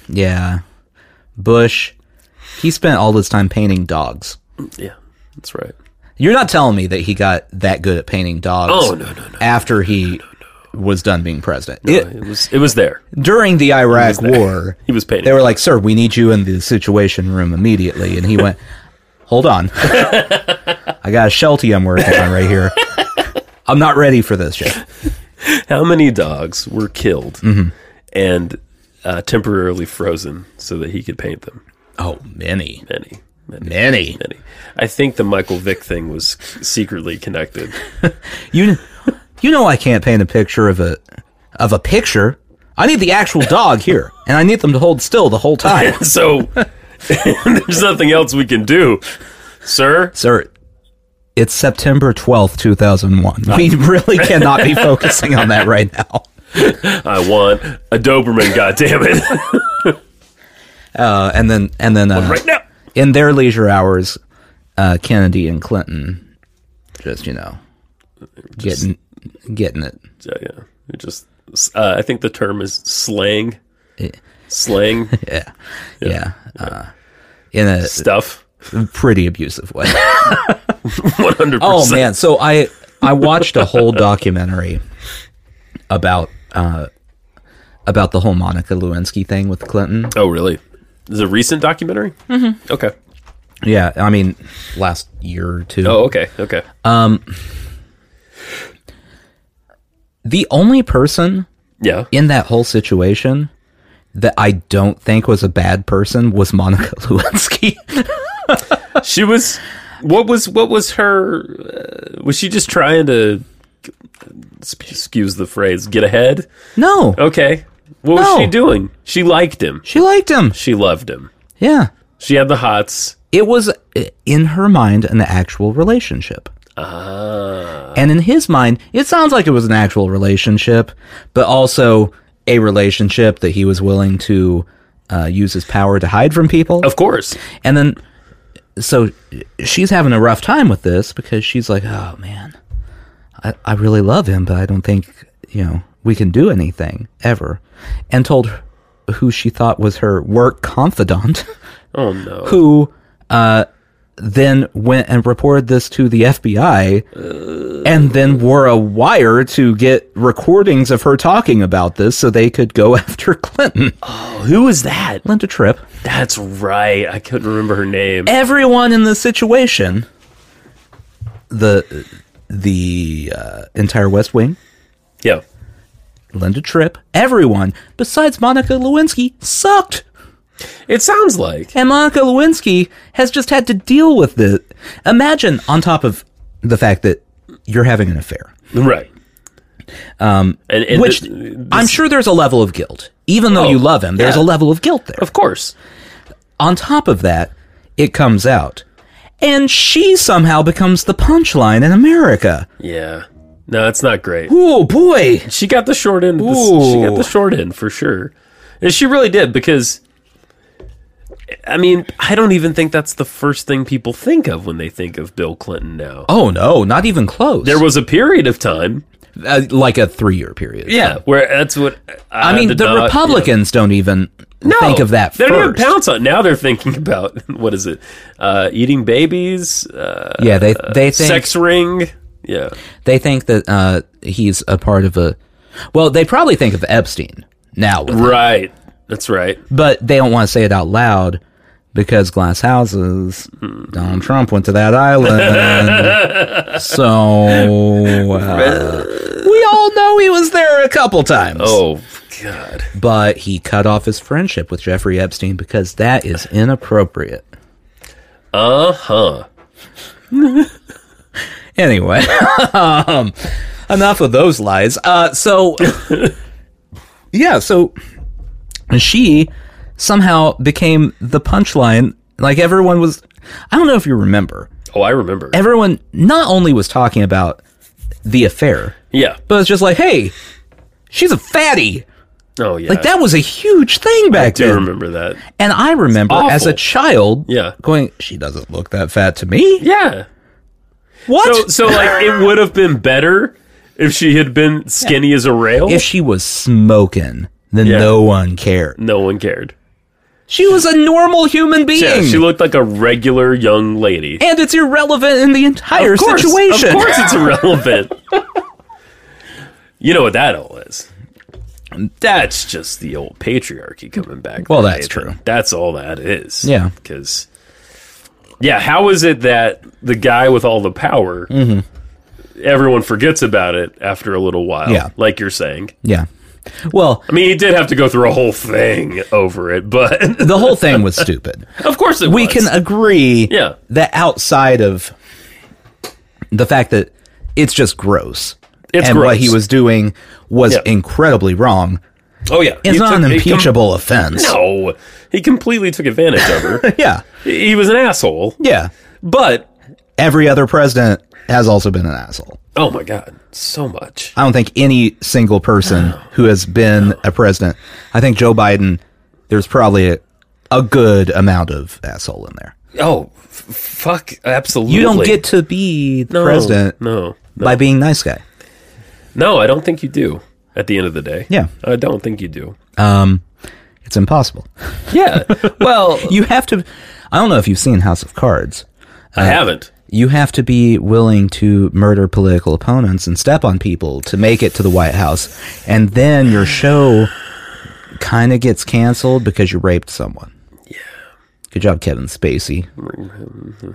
A: yeah, Bush, he spent all his time painting dogs.
B: Yeah, that's right.
A: You're not telling me that he got that good at painting dogs.
B: Oh, no, no, no,
A: After he was done being president. It-
B: It was it was there.
A: during the Iraq War,
B: He was painting.
A: they were like, "Sir, we need you in the Situation Room immediately," and he went, "Hold on, I got a sheltie I'm working on right here. I'm not ready for this yet."
B: How many dogs were killed
A: Mm-hmm.
B: and uh, temporarily frozen so that he could paint them?
A: Oh, many,
B: Many, many,
A: many.
B: many. I think the Michael Vick thing was secretly connected.
A: You, you know, I can't paint a picture of a of a picture. I need the actual dog here, and I need them to hold still the whole time,
B: So there's nothing else we can do, sir.
A: sir. It's September twelfth, two thousand one. We really cannot be focusing on that right now.
B: I want a Doberman. God damn it!
A: Uh, and then, and then, uh,
B: right now.
A: in their leisure hours, uh, Kennedy and Clinton, just you know, getting getting it.
B: Yeah, yeah. It just uh, I think the term is slang. Slang
A: Yeah, yeah. Uh, in a
B: stuff.
A: pretty abusive way.
B: One hundred
A: oh
B: percent.
A: man, so I I watched a whole documentary about uh, about the whole Monica Lewinsky thing with Clinton.
B: Oh really? Is it a recent documentary? Mm-hmm. Okay.
A: Yeah, I mean, last year or two.
B: Oh okay. Okay.
A: The only person
B: yeah.
A: in that whole situation that I don't think was a bad person was Monica Lewinsky.
B: She was. What was what was her? Uh, was she just trying to? sp- Excuse the phrase. Get ahead.
A: no,
B: Okay. What was
A: No.
B: she doing? She liked him.
A: she liked him.
B: She loved him.
A: Yeah.
B: She had the hots.
A: It was uh, in her mind an actual relationship. And in his mind, it sounds like it was an actual relationship, but also a relationship that he was willing to uh, use his power to hide from people.
B: Of course.
A: And then, so she's having a rough time with this because she's like, oh man, I, I really love him, but I don't think, you know, we can do anything ever. And told who she thought was her work confidant,
B: Oh no.
A: who uh, then went and reported this to the FBI and then wore a wire to get recordings of her talking about this so they could go after Clinton.
B: Who was that?
A: Linda Tripp.
B: That's right. I couldn't remember her name.
A: everyone in the situation the the uh, entire west wing
B: Yeah.
A: linda tripp everyone besides monica lewinsky sucked
B: It sounds like.
A: and monica lewinsky has just had to deal with it imagine on top of the fact that you're having an affair
B: Right. Um, and, and
A: which
B: th-
A: i'm sure there's a level of guilt even though
B: Oh,
A: you love him there's
B: yeah.
A: a level of guilt there
B: of course.
A: on top of that it comes out and she somehow becomes the punchline in america
B: Yeah. No, it's not great.
A: oh boy
B: She got the short end. Of the, she got
A: Ooh.
B: the short end for sure. And she really did because, I mean, I don't even think that's the first thing people think of when they think of Bill Clinton now.
A: Oh no, not even close.
B: There was a period of time,
A: uh, like a three-year period.
B: yeah, where that's what
A: I, mean, the
B: did not-
A: Republicans don't even think of that
B: They don't even
A: first.
B: pounce on. it. Now they're thinking about what is it? Uh, eating babies, uh,
A: yeah, they they think
B: sex ring. Yeah,
A: they think that uh, he's a part of a. Well, they probably think of Epstein now, with it,
B: right. That's right.
A: but they don't want to say it out loud because glass houses. Donald Trump went to that island, so uh, we all know he was there a couple times.
B: Oh God.
A: But he cut off his friendship with Jeffrey Epstein because that is inappropriate.
B: Uh huh.
A: Anyway, um, enough of those lies. Uh, so, yeah, so she somehow became the punchline. Like everyone was, I don't know if you remember,
B: Oh, I remember.
A: everyone not only was talking about the affair,
B: yeah.
A: but it's just like, hey, she's a fatty.
B: Oh yeah.
A: Like that was a huge thing back
B: do
A: then.
B: remember that.
A: And I remember
B: It's
A: as a
B: awful.
A: child
B: Yeah.
A: going, she doesn't look that fat to me.
B: Yeah.
A: What?
B: So so like it would have been better if she had been skinny as a rail.
A: if she was smoking then
B: Yeah.
A: no one cared.
B: No one cared.
A: She was a normal human being.
B: Yeah, she looked like a regular young lady.
A: and it's irrelevant in the entire
B: Of course,
A: situation.
B: Of course, it's irrelevant. you know what that all is. That's just the old patriarchy coming back.
A: Well,
B: there,
A: that's
B: Nathan.
A: true.
B: That's all that is.
A: Yeah.
B: Because, yeah, how is it that the guy with all the power,
A: Mm-hmm.
B: everyone forgets about it after a little while?
A: Yeah.
B: Like you're saying.
A: Yeah. Well,
B: I mean, he did have to go through a whole thing over it, but
A: the whole thing was stupid.
B: of course it
A: We
B: was.
A: can agree
B: Yeah.
A: that outside of the fact that it's just gross.
B: It's
A: and what
B: gross.
A: he was doing was
B: Yeah.
A: incredibly wrong.
B: Oh, yeah.
A: It's
B: He
A: not an
B: took- he com-
A: impeachable offense.
B: no. He completely took advantage of her.
A: Yeah.
B: he he was an asshole.
A: Yeah.
B: But
A: Every other president has also been an asshole.
B: oh my god, so much.
A: I don't think any single person who has been a president. I think Joe Biden. There's probably a, a good amount of asshole in there.
B: Oh, f- fuck, absolutely.
A: You don't get to be the
B: No,
A: president
B: No, no,
A: by being nice guy.
B: no. I don't think you do. At the end of the day,
A: Yeah.
B: I don't think you do.
A: It's impossible.
B: Yeah. well,
A: You have to. I don't know if you've seen House of Cards. Uh,
B: I haven't.
A: You have to be willing to murder political opponents and step on people to make it to the White House, and then your show kind of gets canceled because you raped someone. Yeah. Good job, Kevin Spacey.
B: Mm-hmm.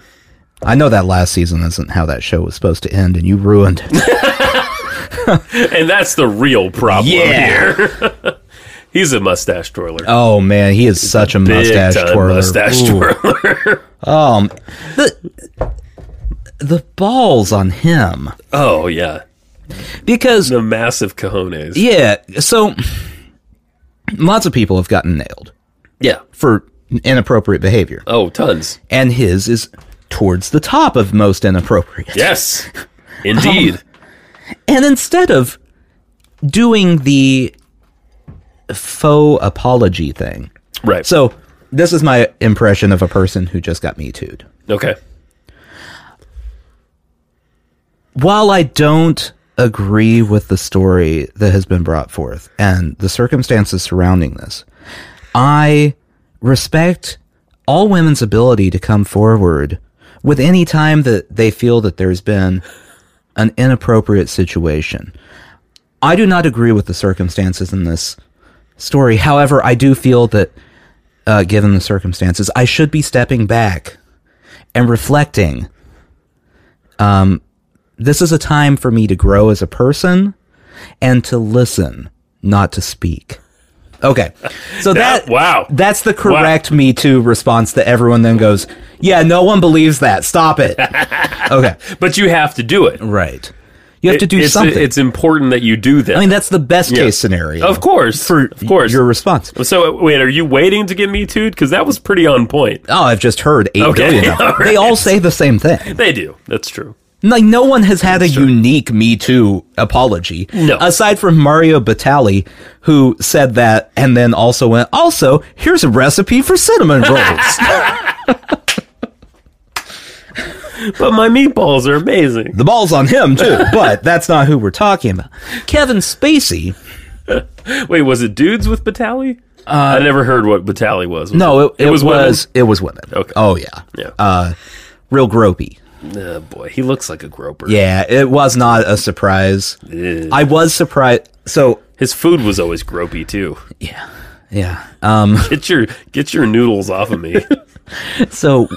A: I know that last season isn't how that show was supposed to end, and you ruined it.
B: And that's the real problem
A: Yeah.
B: here. He's a mustache twirler.
A: oh man, he is such a
B: Big
A: mustache
B: time
A: twirler.
B: Mustache
A: Ooh.
B: twirler.
A: Um, the the balls on him
B: Oh yeah,
A: because
B: the massive cojones.
A: yeah, so lots of people have gotten nailed
B: Yeah.
A: for inappropriate behavior,
B: Oh, tons.
A: and his is towards the top of most inappropriate.
B: Yes, indeed.
A: Um, And instead of doing the faux apology thing,
B: right.
A: so this is my impression of a person who just got me too'd.
B: okay.
A: while I don't agree with the story that has been brought forth and the circumstances surrounding this, I respect all women's ability to come forward with any time that they feel that there's been an inappropriate situation. I do not agree with the circumstances in this story. However, I do feel that, uh, given the circumstances, I should be stepping back and reflecting Um, this is a time for me to grow as a person and to listen, not to speak. Okay. So that,
B: wow.
A: That's the correct me too response that everyone then goes, "Yeah, no one believes that. Stop it." okay.
B: But you have to do it.
A: Right. You have to do
B: it's,
A: something.
B: It's important that you do that.
A: I mean, that's the best
B: Yeah.
A: case scenario.
B: Of course,
A: For
B: of course.
A: your response.
B: so uh, wait, are you waiting to get me too? Because that was pretty on point.
A: Oh, I've just heard eight
B: Okay,
A: billion. of them.
B: all
A: They all
B: right.
A: say the same thing.
B: They do. That's true.
A: Like no one has had a unique Me Too apology,
B: No.
A: aside from Mario Batali, who said that, and then also went, "Also, here's a recipe for cinnamon rolls."
B: But my meatballs are amazing.
A: the ball's on him too, but that's not who we're talking about. Kevin Spacey.
B: Wait, was it dudes with Batali? I never heard what Batali was. was
A: Uh, No, it, it, was,
B: women?
A: it was women.
B: Okay.
A: Oh yeah,
B: Yeah.
A: Uh, real gropey.
B: Oh, boy, he looks like a groper.
A: Yeah, it was not a surprise.
B: Ugh.
A: I was surprised. So
B: His food was always gropey too.
A: yeah, yeah. Um.
B: Get your get your noodles off of me.
A: So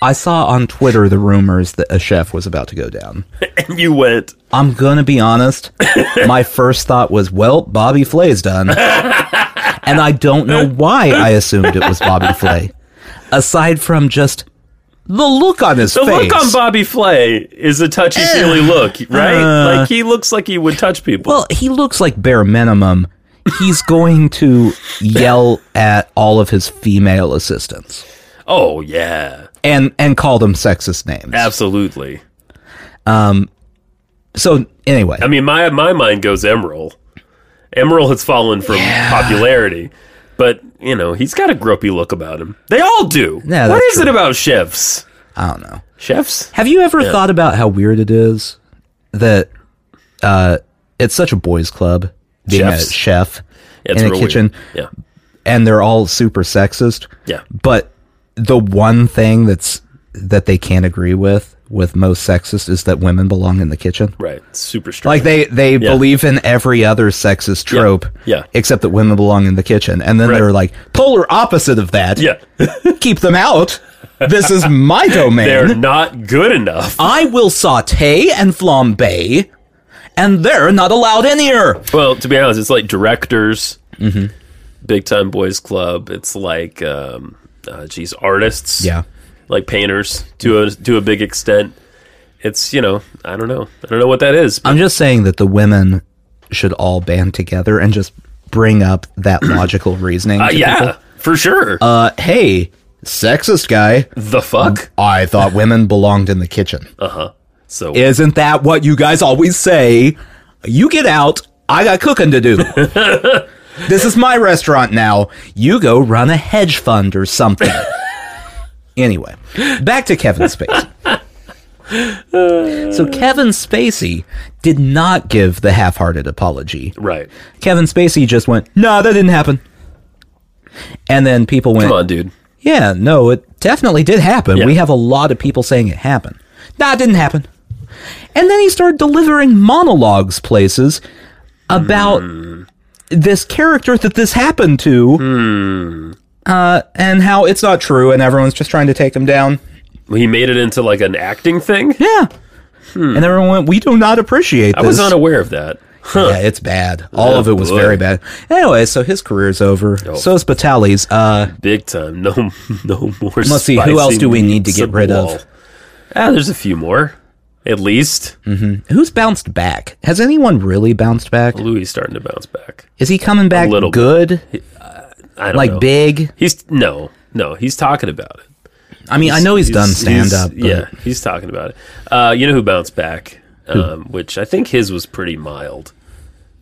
A: I saw on Twitter the rumors that a chef was about to go down.
B: and you went.
A: I'm gonna be honest. my first thought was, well, Bobby Flay's done. and I don't know why I assumed it was Bobby Flay. Aside from just the look on his
B: The
A: face.
B: look on Bobby Flay is a touchy feely look, right? like he looks like he would touch people.
A: Uh. well, he looks like bare minimum. He's going to yell at all of his female assistants
B: oh yeah,
A: and and call them sexist names.
B: absolutely.
A: So anyway,
B: I mean, my my mind goes Emerald. Emerald has fallen from popularity, but you know he's got a gropey look about him. They all do.
A: Yeah,
B: what
A: that's
B: is it
A: true.
B: about chefs?
A: I don't know.
B: Chefs?
A: Have you ever thought about how weird it is that uh, it's such a boys' club being
B: Chefs.
A: a chef
B: It's
A: in a
B: real
A: kitchen,
B: Weird. Yeah.
A: and they're all super sexist.
B: Yeah.
A: But the one thing that's that they can't agree with with most sexists is that women belong in the kitchen.
B: Right. It's Super strange.
A: Like they they believe in every other sexist trope,
B: Yeah.
A: except that women belong in the kitchen. And then
B: Right.
A: they're like polar opposite of that.
B: Yeah.
A: keep them out. This is my domain.
B: They're not good enough.
A: I will saute and flambe, and they're not allowed in here.
B: Well, to be honest, it's like directors,
A: Mm-hmm.
B: big time boys club. It's like, um, uh, geez, artists.
A: Yeah.
B: Like painters to a to a big extent. It's you know I don't know I don't know what that is.
A: I'm just saying that the women should all band together and just bring up that logical reasoning.
B: Uh,
A: to people.
B: yeah, for sure.
A: Uh, um, hey, sexist guy.
B: the fuck.
A: I thought women belonged in the kitchen.
B: So
A: Isn't that what you guys always say? You get out. I got cooking to do. this is my restaurant now. You go run a hedge fund or something. anyway, back to Kevin Spacey. so Kevin Spacey did not give the half-hearted apology.
B: right.
A: Kevin Spacey just went, "No, that didn't happen." And then people went,
B: Come on, dude.
A: yeah, no, it definitely did happen.
B: Yeah.
A: We have a lot of people saying it happened. Nah, it didn't happen. And then he started delivering monologues places about
B: Hmm.
A: this character that this happened to,
B: Hmm.
A: uh, and how it's not true, and everyone's just trying to take him down.
B: He made it into like an acting thing.
A: Yeah. Hmm. And everyone went, we do not appreciate
B: I
A: this.
B: was unaware of that.
A: yeah, it's bad. All
B: Oh,
A: of it was
B: boy. Oh.
A: very bad. Anyway, so his career's over. So is Batali's. Uh,
B: Big time. No, no more.
A: Let's see, who else
B: spicy
A: do we need to get rid of?
B: meatball. Ah, there's a few more, at least.
A: Hmm. who's bounced back? Has anyone really bounced back?
B: Louis starting to bounce back.
A: Is he coming back
B: little bit.
A: good?
B: I don't
A: like
B: know.
A: big?
B: He's no, no. He's talking about it.
A: I mean, I know he's, done stand up. but-
B: Yeah, he's talking about it. Uh, you know who bounced back? Um, which I think his was pretty mild.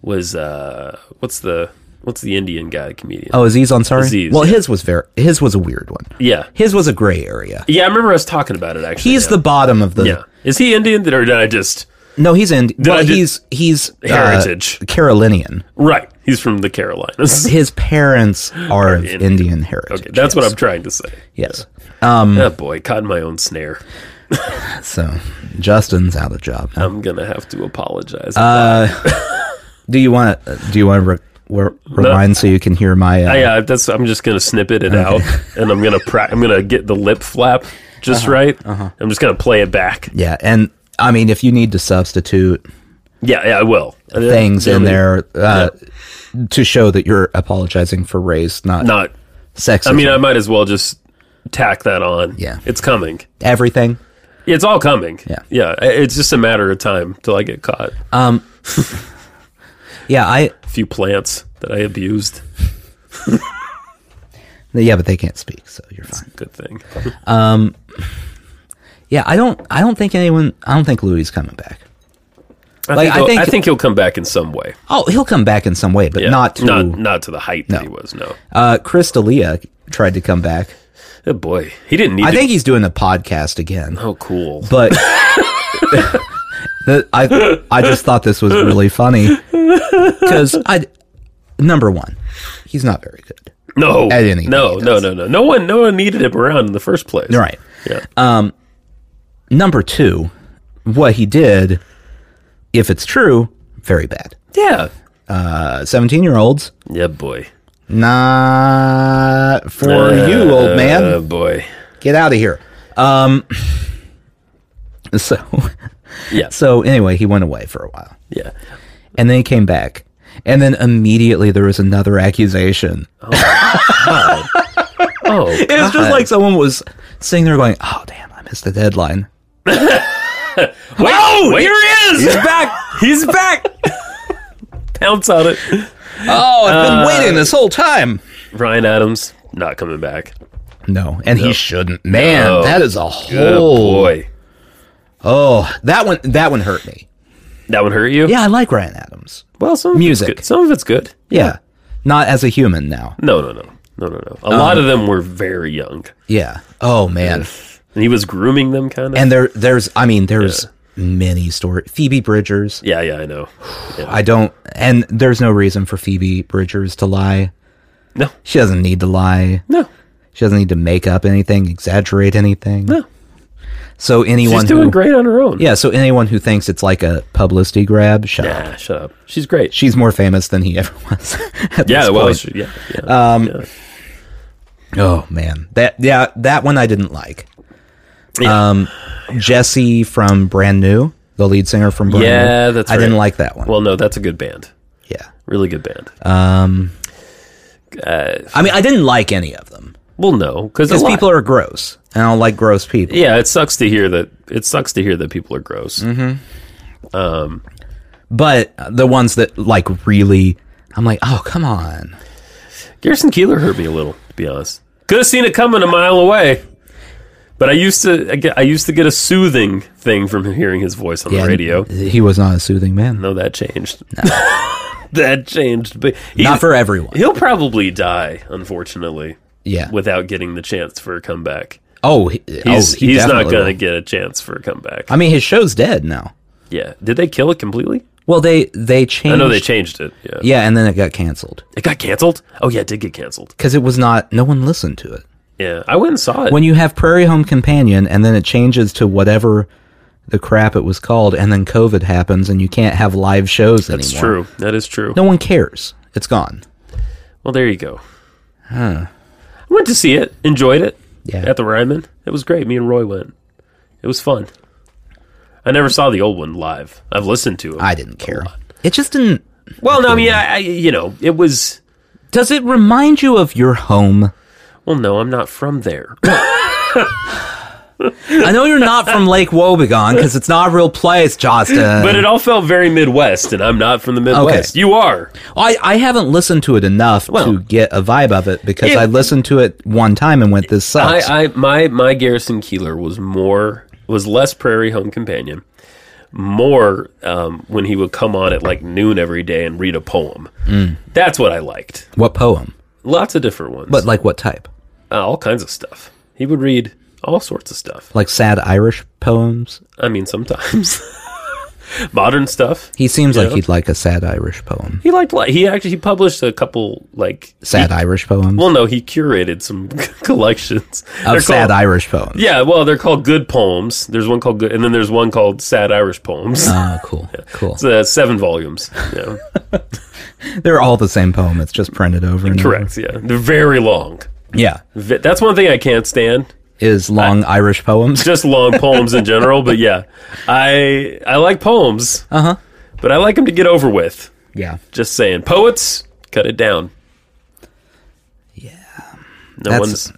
B: Was uh, what's the what's the Indian guy comedian?
A: Oh, Aziz Ansari.
B: Aziz,
A: well,
B: yeah.
A: his was very his was a weird one.
B: yeah,
A: His was a gray area.
B: yeah. I remember us talking about it actually.
A: He's
B: yeah.
A: the bottom of the.
B: yeah. Is he Indian or did I just
A: No, he's in. Well,
B: I did-
A: he's he's uh,
B: Heritage.
A: Carolinian.
B: right? He's from the Carolinas.
A: His parents are of
B: Indian.
A: Indian heritage.
B: Okay, that's what I'm trying to say.
A: Yes.
B: oh boy, caught in my own snare.
A: So Justin's out of job. now.
B: I'm gonna have to apologize.
A: Uh, do you want to do you want to re- re- rewind so you can hear my? Uh,
B: yeah, that's. I'm just gonna snippet it out, and I'm gonna pra- I'm gonna get the lip flap just
A: Uh-huh.
B: right. I'm just gonna play it back.
A: yeah, and I mean, if you need to substitute
B: Yeah, yeah, I will.
A: things in
B: Yeah,
A: there uh, to show that you're apologizing for race, not,
B: Not.
A: sexism.
B: I mean, uh, I might as well just tack that on.
A: Yeah.
B: it's coming.
A: everything.
B: It's all coming.
A: Yeah.
B: yeah. i- It's just a matter of time till I get caught. A
A: Yeah, I.
B: few plants that I abused.
A: Yeah, but they can't speak, so you're fine.
B: Good thing.
A: Yeah, I don't. I don't think anyone. I don't think Louis is coming back.
B: I,
A: Like, I
B: think he'll- I
A: think-
B: think he'll come back in some way.
A: Oh, he'll come back in some way, but
B: Yeah.
A: not to.
B: not not to the height that he was. No.
A: Uh, Chris D'Elia tried to come back.
B: Oh boy, he didn't need.
A: I
B: to-
A: think he's doing a podcast again,
B: Oh, cool.
A: but. the, I I just thought this was really funny because I number one, he's not very good.
B: no,
A: At any-
B: no,
A: he
B: no, no, no. No one, no one needed him around in the first place.
A: Right. Uh,
B: Yeah.
A: Number two, what he did, if it's true, very bad.
B: yeah.
A: Uh, 17 year olds,
B: Yeah, boy.
A: not for you, old
B: Oh
A: man.
B: boy.
A: Get out of here. Um, so,
B: Yeah.
A: so anyway, he went away for a while
B: yeah.
A: and then he came back. And then immediately there was another accusation.
B: Oh,
A: It was just like someone was sitting there going, Oh, damn, I missed the deadline.
B: wait, oh, wait. here he is.
A: back.
B: He's back. Pounce on it.
A: Oh, I've been waiting this whole time.
B: Ryan Adams not coming back.
A: No, and he shouldn't. Man,
B: No.
A: that is a
B: Oh,
A: whole
B: boy,
A: Oh, that one that one hurt me.
B: that would hurt you.
A: Yeah, I like Ryan Adams.
B: Well, some of
A: Music.
B: It's good. Some of it's good.
A: Yeah. Not as a human now.
B: No, no, no, no, no, no. A lot of them were very young,
A: Yeah. Oh man.
B: and he was grooming them kind of.
A: And there there's I mean there's many story. Phoebe Bridgers.
B: Yeah, yeah, I know.
A: I don't, and there's no reason for Phoebe Bridgers to lie.
B: No,
A: She doesn't need to lie.
B: no,
A: She doesn't need to make up anything, exaggerate anything.
B: No.
A: So anyone
B: she's doing
A: who,
B: great on her own.
A: yeah, so anyone who thinks it's like a publicity grab, shut up.
B: Nah, shut up. She's great.
A: She's more famous than he ever was. at
B: yeah,
A: this
B: well,
A: point.
B: she, yeah, yeah. Um, yeah.
A: Oh man, that yeah, that one I didn't like.
B: Yeah.
A: Um, Jesse from Brand New, the lead singer from Brand
B: Yeah,
A: New.
B: that's
A: I didn't
B: right.
A: like that one.
B: Well, no, that's a good band.
A: yeah,
B: Really good band. um, Uh,
A: I mean, I didn't like any of them
B: well, no, because
A: because people are gross, and I don't like gross people.
B: Yeah, it sucks to hear that. It sucks to hear that people are gross.
A: Mm-hmm. But the ones that like really, I'm like, oh come on.
B: Garrison Keeler hurt me a little, to be honest. Could have seen it coming a mile away. But I used to, I, get, I used to get a soothing thing from hearing his voice on
A: Yeah,
B: the radio.
A: He was not a soothing man.
B: No, that changed. that changed. But he-
A: not for everyone.
B: He'll probably die, unfortunately,
A: Yeah.
B: without getting the chance for a comeback.
A: oh, he,
B: He's,
A: oh, he
B: he's not
A: definitely
B: going to
A: will.
B: get a chance for a comeback.
A: I mean, his show's dead now.
B: yeah. Did they kill it completely?
A: Well, they they changed.
B: I know they changed it. Yeah.
A: Yeah, and then it got canceled
B: It got canceled? Oh, yeah, it did get canceled.
A: because it was not. No one listened to it.
B: Yeah. I went and saw it.
A: when you have Prairie Home Companion and then it changes to whatever the crap it was called, and then COVID happens and you can't have live shows
B: That's
A: anymore.
B: true. That is true.
A: No one cares. It's gone.
B: Well, there you go. I went to see it, enjoyed it.
A: Yeah.
B: At the Ryman, it was great. Me and Roy went. It was fun. I never saw the old one live. I've listened to it.
A: I didn't care. It just didn't.
B: well, no, I mean, I, I, you know, it was.
A: Does it remind you of your home?
B: Well, no, I'm not from there.
A: I know you're not from Lake Wobegon because it's not a real place, Justin.
B: but it all felt very Midwest, and I'm not from the Midwest. You are.
A: I, I haven't listened to it enough
B: Well-
A: to get a vibe of it because
B: It-
A: I listened to it one time and went, "This sucks."
B: I, I my my Garrison Keeler was more was less Prairie Home Companion, more um, when he would come on at like noon every day and read a poem.
A: Mm.
B: That's what I liked.
A: what poem?
B: Lots of different ones,
A: But like what type?
B: uh, all kinds of stuff. He would read all sorts of stuff.
A: Like sad Irish poems?
B: I mean, sometimes modern stuff.
A: He seems like
B: Yeah.
A: he'd like a sad Irish poem.
B: He liked li- he actually he published a couple like
A: Sad Irish poems.
B: well no he curated some collections They're
A: of sad
B: called-
A: Irish poems.
B: Yeah, well, they're called good poems. There's one called good, and then there's one called sad Irish poems.
A: Ah, cool, cool.
B: It's uh, seven volumes. Yeah,
A: They're all the same poem. It's just printed over. And
B: correct. Yeah, they're very long.
A: Over. Yeah,
B: V- That's one thing I can't stand.
A: is long Irish poems.
B: Just long poems in general, but yeah, I I like poems. Uh huh. But I like them to get over with.
A: Yeah,
B: Just saying, poets, cut it down. Yeah, no
A: That's-
B: one's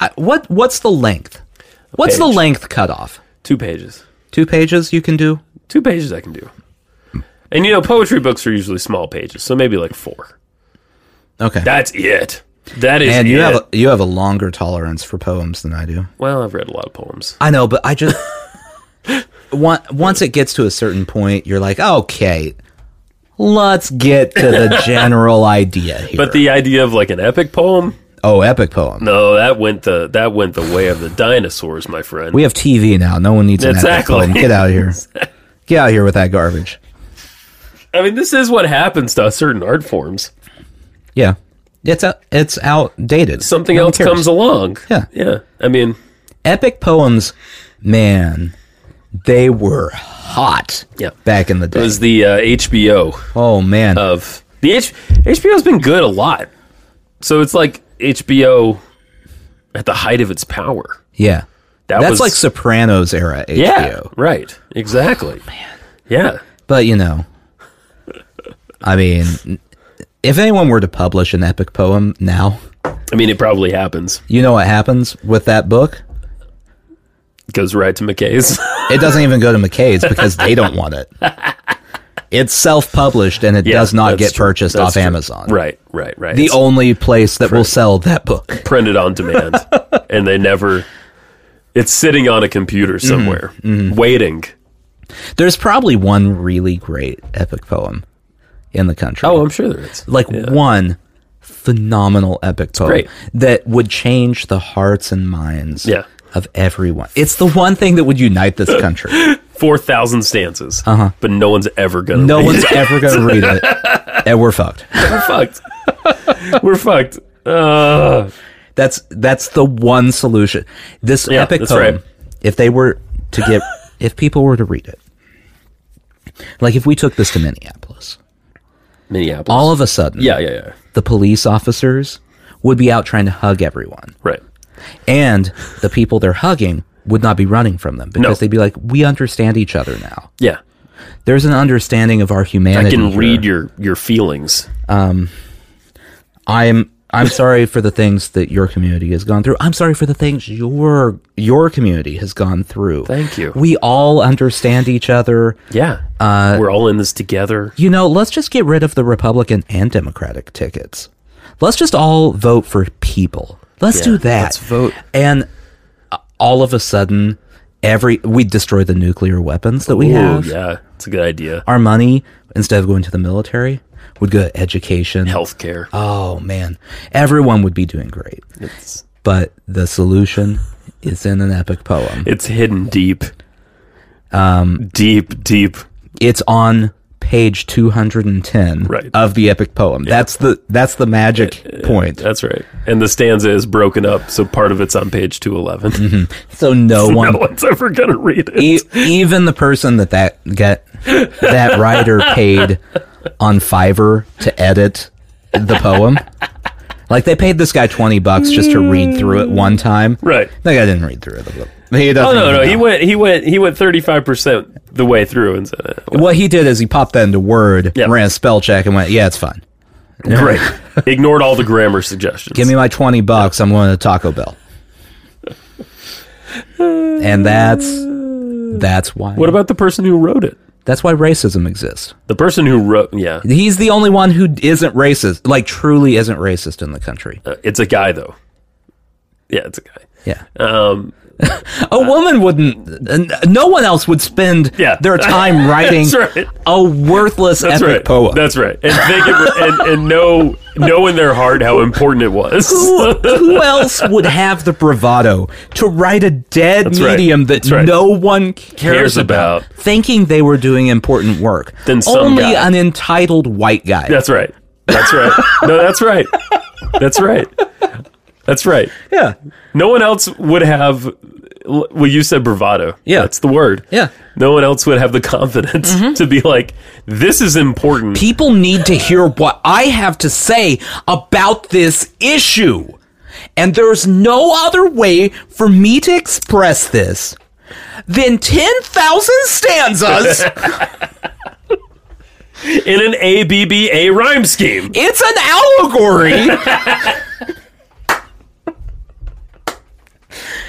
A: I, what what's the length? What's the
B: page.
A: length cutoff?
B: two pages.
A: Two pages you can do.
B: Two pages I can do. And you know, poetry books are usually small pages, so maybe like four.
A: Okay,
B: That's it. That is
A: and you
B: it.
A: have a, you have a longer tolerance for poems than I do.
B: Well, I've read a lot of poems.
A: I know, but I just on- once it gets to a certain point, you're like, okay, let's get to the general idea here.
B: But the idea of like an epic poem,
A: oh, epic poem.
B: no, that went the that went the way of the dinosaurs, my friend.
A: We have TV now. No one needs an
B: Exactly.
A: exactly. Get out of here. Get out of here with that garbage.
B: I mean, this is what happens to certain art forms.
A: Yeah, it's out, it's outdated.
B: Something
A: No one
B: else
A: cares.
B: comes along.
A: Yeah.
B: yeah. I mean,
A: Epic poems, man, they were hot.
B: Yeah.
A: back in the day.
B: it was uh, the uh, HBO
A: oh man,
B: of the H- HBO's been good a lot. So it's like HBO at the height of its power.
A: yeah.
B: That
A: That's
B: was
A: like Sopranos era HBO.
B: yeah, right,
A: Oh,
B: exactly. man, yeah,
A: But you know, I mean, if anyone were to publish an epic poem now,
B: I mean, it probably happens.
A: you know what happens with that book?
B: Goes right to McKay's.
A: It doesn't even go to McKay's because they don't want it. It's self-published and it
B: Yeah,
A: does not
B: that's
A: get
B: true.
A: purchased
B: That's
A: off
B: true.
A: Amazon.
B: Right, right, right.
A: The
B: It's
A: only place that will sell that book.
B: printed on demand, and they never. It's sitting on a computer somewhere, waiting.
A: There's probably one really great epic poem in the country.
B: Oh, I'm sure there is.
A: like one phenomenal epic poem
B: great.
A: that would change the hearts and minds
B: Yeah.
A: of everyone. It's the one thing that would unite this country.
B: four thousand stanzas, uh-huh. but no one's ever gonna.
A: No
B: read
A: one's
B: it.
A: ever going to read it, and we're fucked.
B: We're fucked. We're fucked. Uh,
A: That's that's the one solution. This
B: Yeah,
A: epic
B: that's
A: poem,
B: right.
A: if they were to get, if people were to read it, like if we took this to Minneapolis,
B: Minneapolis.
A: all of a sudden,
B: yeah, yeah, yeah.
A: the police officers would be out trying to hug everyone,
B: Right.
A: and the people they're hugging would not be running from them because they'd be like, "We understand each other now.
B: Yeah.
A: There's an understanding of our
B: I
A: humanity."
B: can
A: here.
B: read your your feelings.
A: I'm I'm sorry for the things that your community has gone through. I'm sorry for the things your your community has gone through.
B: Thank you.
A: We all understand each other.
B: Yeah. We're all in this together.
A: You know, let's just get rid of the Republican and Democratic tickets. Let's just all vote for people. Let's do that.
B: let's vote.
A: And uh, all of a sudden, every we destroy the nuclear weapons that we
B: Ooh,
A: have.
B: yeah. It's a good idea.
A: Our money instead of going to the military would go to education.
B: Healthcare.
A: Oh man, everyone would be doing great.
B: It's
A: but the solution is in an epic poem.
B: it's hidden deep. Um deep, deep.
A: It's on page 210
B: Right. Uh,
A: of the epic poem. That's the that's the magic point.
B: That's right. And the stanza is broken up, so part of it's on page 211.
A: So no one
B: No one's ever going to read it.
A: e- even the person that that get that writer paid on Fiverr to edit the poem. Like they paid this guy 20 bucks just to read through it one time.
B: Right.
A: That guy didn't read through it. He
B: Oh
A: doesn't
B: no,
A: even
B: no, he
A: know.
B: went he went he went 35% the way through and said, eh,
A: What he did is he popped that into Word,
B: Yep.
A: ran a spell check, and went, "Yeah, it's fine."
B: Great. Ignored all the grammar suggestions.
A: Give me my 20 bucks. I'm going to Taco Bell. and that's that's why
B: what about the person who wrote it?
A: that's why racism exists.
B: The person who wrote, yeah,
A: He's the only one who isn't racist, like truly isn't racist in the country.
B: Uh, it's a guy though. Yeah, it's a guy.
A: Yeah.
B: Um,
A: A woman wouldn't n- no one else would spend
B: Yeah.
A: their time writing
B: That's right.
A: a worthless
B: that's
A: epic
B: right.
A: poem.
B: That's right. And think it was, and, and know know in their heart how important it was.
A: who else would have the bravado to write a dead
B: right.
A: medium that
B: That's right.
A: no one cares,
B: Cares
A: about,
B: about.
A: thinking they were doing important work?
B: Then some
A: only
B: guy.
A: an entitled white guy.
B: that's right. That's right. No, that's right. That's right. That's right.
A: Yeah,
B: No one else would have. Well, you said bravado.
A: Yeah.
B: that's the word.
A: yeah. Mm-hmm.
B: No one else would have the confidence to be like, "This is important."
A: People need to hear what I have to say about this issue, and there's no other way for me to express this than ten thousand stanzas.
B: in an ABBA rhyme scheme.
A: It's an allegory.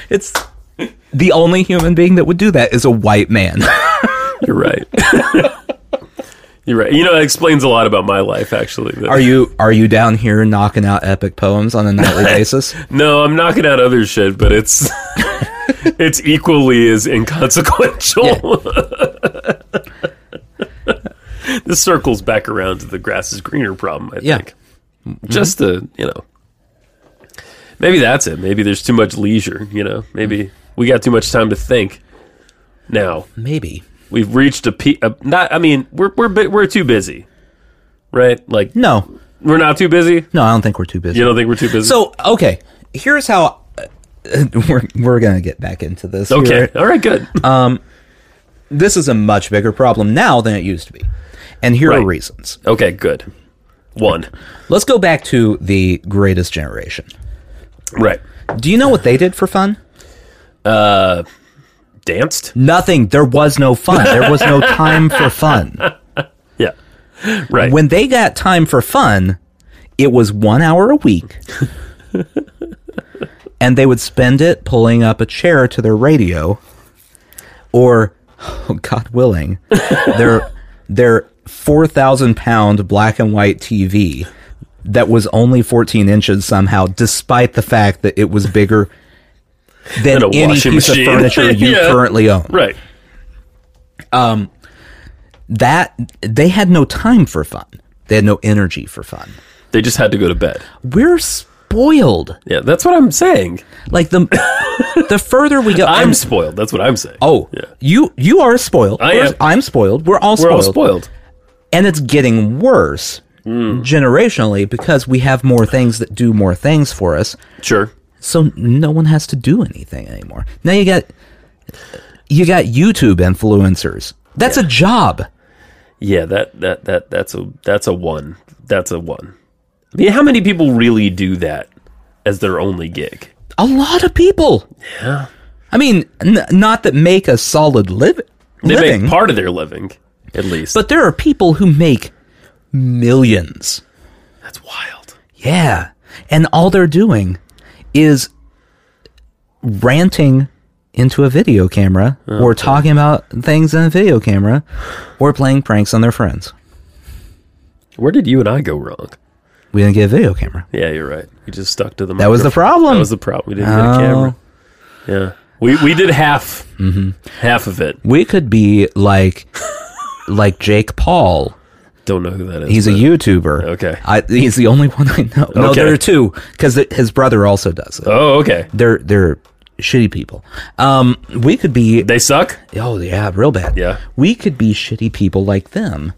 A: it's the only human being that would do that is a white man.
B: You're right. You're right. You know, that explains a lot about my life, actually. That-
A: Are you are you down here knocking out epic poems on a nightly basis?
B: no, I'm knocking out other shit, but it's it's equally as inconsequential. this circles back around to the grass is greener problem, I
A: Yeah.
B: think. Just the you know. Maybe that's it. Maybe there's too much leisure, you know. Maybe we got too much time to think now.
A: Maybe.
B: we've reached a peak. A, not, I mean, we're we're bu- we're too busy, right? Like,
A: No.
B: we're not too busy.
A: No, I don't think we're too busy.
B: You don't think we're too busy?
A: so, okay. Here's how uh, we're we're going to get back into this.
B: okay,
A: here.
B: all right, good.
A: This is a much bigger problem now than it used to be. And here are
B: Right.
A: reasons.
B: okay, good. One,
A: Let's go back to the greatest generation.
B: right?
A: Do you know what they did for fun?
B: Danced?
A: Nothing. There was no fun. There was no time for fun.
B: Yeah, right.
A: When they got time for fun, it was one hour a week. and they would spend it pulling up a chair to their radio or, oh, God willing, their, their 4,000 pound black and white TV that was only 14 inches somehow, despite the fact that it was bigger than
B: Than a
A: any piece
B: washing
A: of
B: machine.
A: furniture you
B: Yeah.
A: currently own.
B: right.
A: that they had no time for fun. They had no energy for fun.
B: They just had to go to bed.
A: We're spoiled.
B: Yeah, that's what I'm saying.
A: Like the the further we go,
B: I'm
A: and-
B: spoiled. That's what I'm saying.
A: oh,
B: yeah.
A: you you are spoiled.
B: I
A: We're-
B: am.
A: I'm spoiled. We're all
B: We're
A: spoiled.
B: all spoiled. Hmm.
A: and it's getting worse generationally because we have more things that do more things for us.
B: Sure.
A: So no one has to do anything anymore. Now you got you got YouTube influencers. That's a job.
B: Yeah, that that that that's a that's a one. That's a one. I mean, how many people really do that as their only gig?
A: A lot of people. Yeah. I mean, n- not that make a solid liv-
B: They
A: living,
B: make part of their living, at least.
A: but there are people who make millions.
B: that's wild.
A: Yeah. And all they're doing is ranting into a video camera or talking about things in a video camera or playing pranks on their friends.
B: Where did you and I go wrong?
A: We didn't get a video camera.
B: Yeah, you're right. We just stuck to the.
A: That was the problem.
B: That was the problem. We didn't
A: Oh.
B: get a camera. Yeah, we we did half Mm-hmm. half of it.
A: We could be like like Jake Paul.
B: Don't know who that is.
A: He's a
B: but-
A: YouTuber.
B: Uh, Okay.
A: I, he's the only one I know. No,
B: Okay.
A: there are two because his brother also does it.
B: Oh, okay.
A: They're they're shitty people. Um, we could be
B: They suck.
A: Oh yeah, real bad.
B: Yeah.
A: We could be shitty people like them.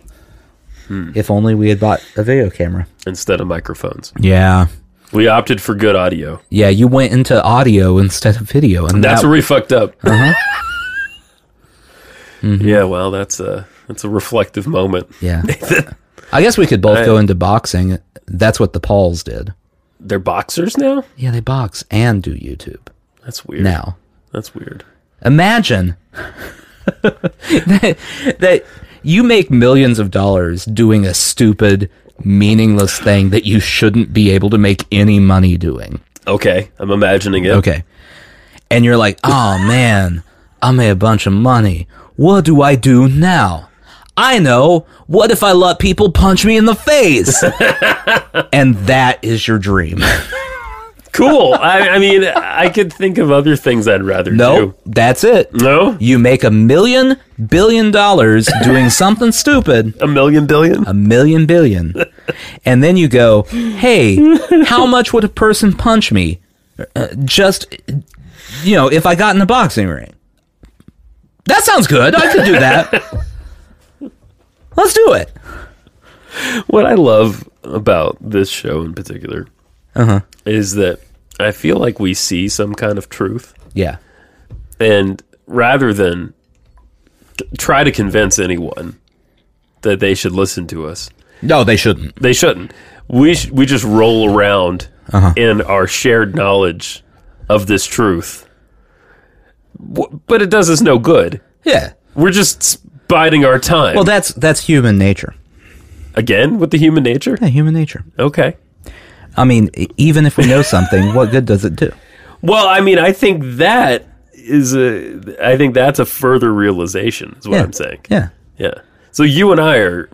B: Hmm.
A: If only we had bought a video camera.
B: Instead of microphones,
A: Yeah.
B: we opted for good audio.
A: Yeah, you went into audio instead of video and
B: That's
A: that,
B: where we fucked up.
A: Uh-huh. Mm-hmm.
B: Yeah, well, that's a that's a reflective moment.
A: Yeah. I guess we could both
B: I-
A: go into boxing. That's what the Pauls did.
B: They're boxers now.
A: Yeah, they box and do YouTube
B: That's weird.
A: now.
B: That's weird.
A: Imagine that, that you make millions of dollars doing a stupid, meaningless thing that you shouldn't be able to make any money doing.
B: Okay, I'm imagining it.
A: Okay. And you're like, oh man, I made a bunch of money. What do I do now? I know. What if I let people punch me in the face? and that is your dream.
B: Cool. I, I mean, I could think of other things I'd rather
A: No, that's it.
B: do. No,
A: You make a million billion dollars doing something stupid,
B: a million billion.
A: a million billion. And then you go, hey, how much would a person punch me? Uh, just, you know, if I got in the boxing ring. That sounds good. I could do that. Let's do it.
B: what I love about this show in particular is that I feel like we see some kind of truth,
A: Yeah.
B: and rather than t- try to convince anyone that they should listen to us,
A: No, they shouldn't.
B: they shouldn't. We sh- we just roll around in our shared knowledge of this truth, w- but it does us no good.
A: Yeah.
B: We're just biding our time.
A: Well, that's that's human nature.
B: Again with the human nature.
A: Yeah, human nature.
B: Okay.
A: I mean, e- even if we know something, what good does it do?
B: Well, I mean, I think that is a. I think that's a further realization. Is what
A: Yeah.
B: I'm saying.
A: Yeah.
B: Yeah. So you and I are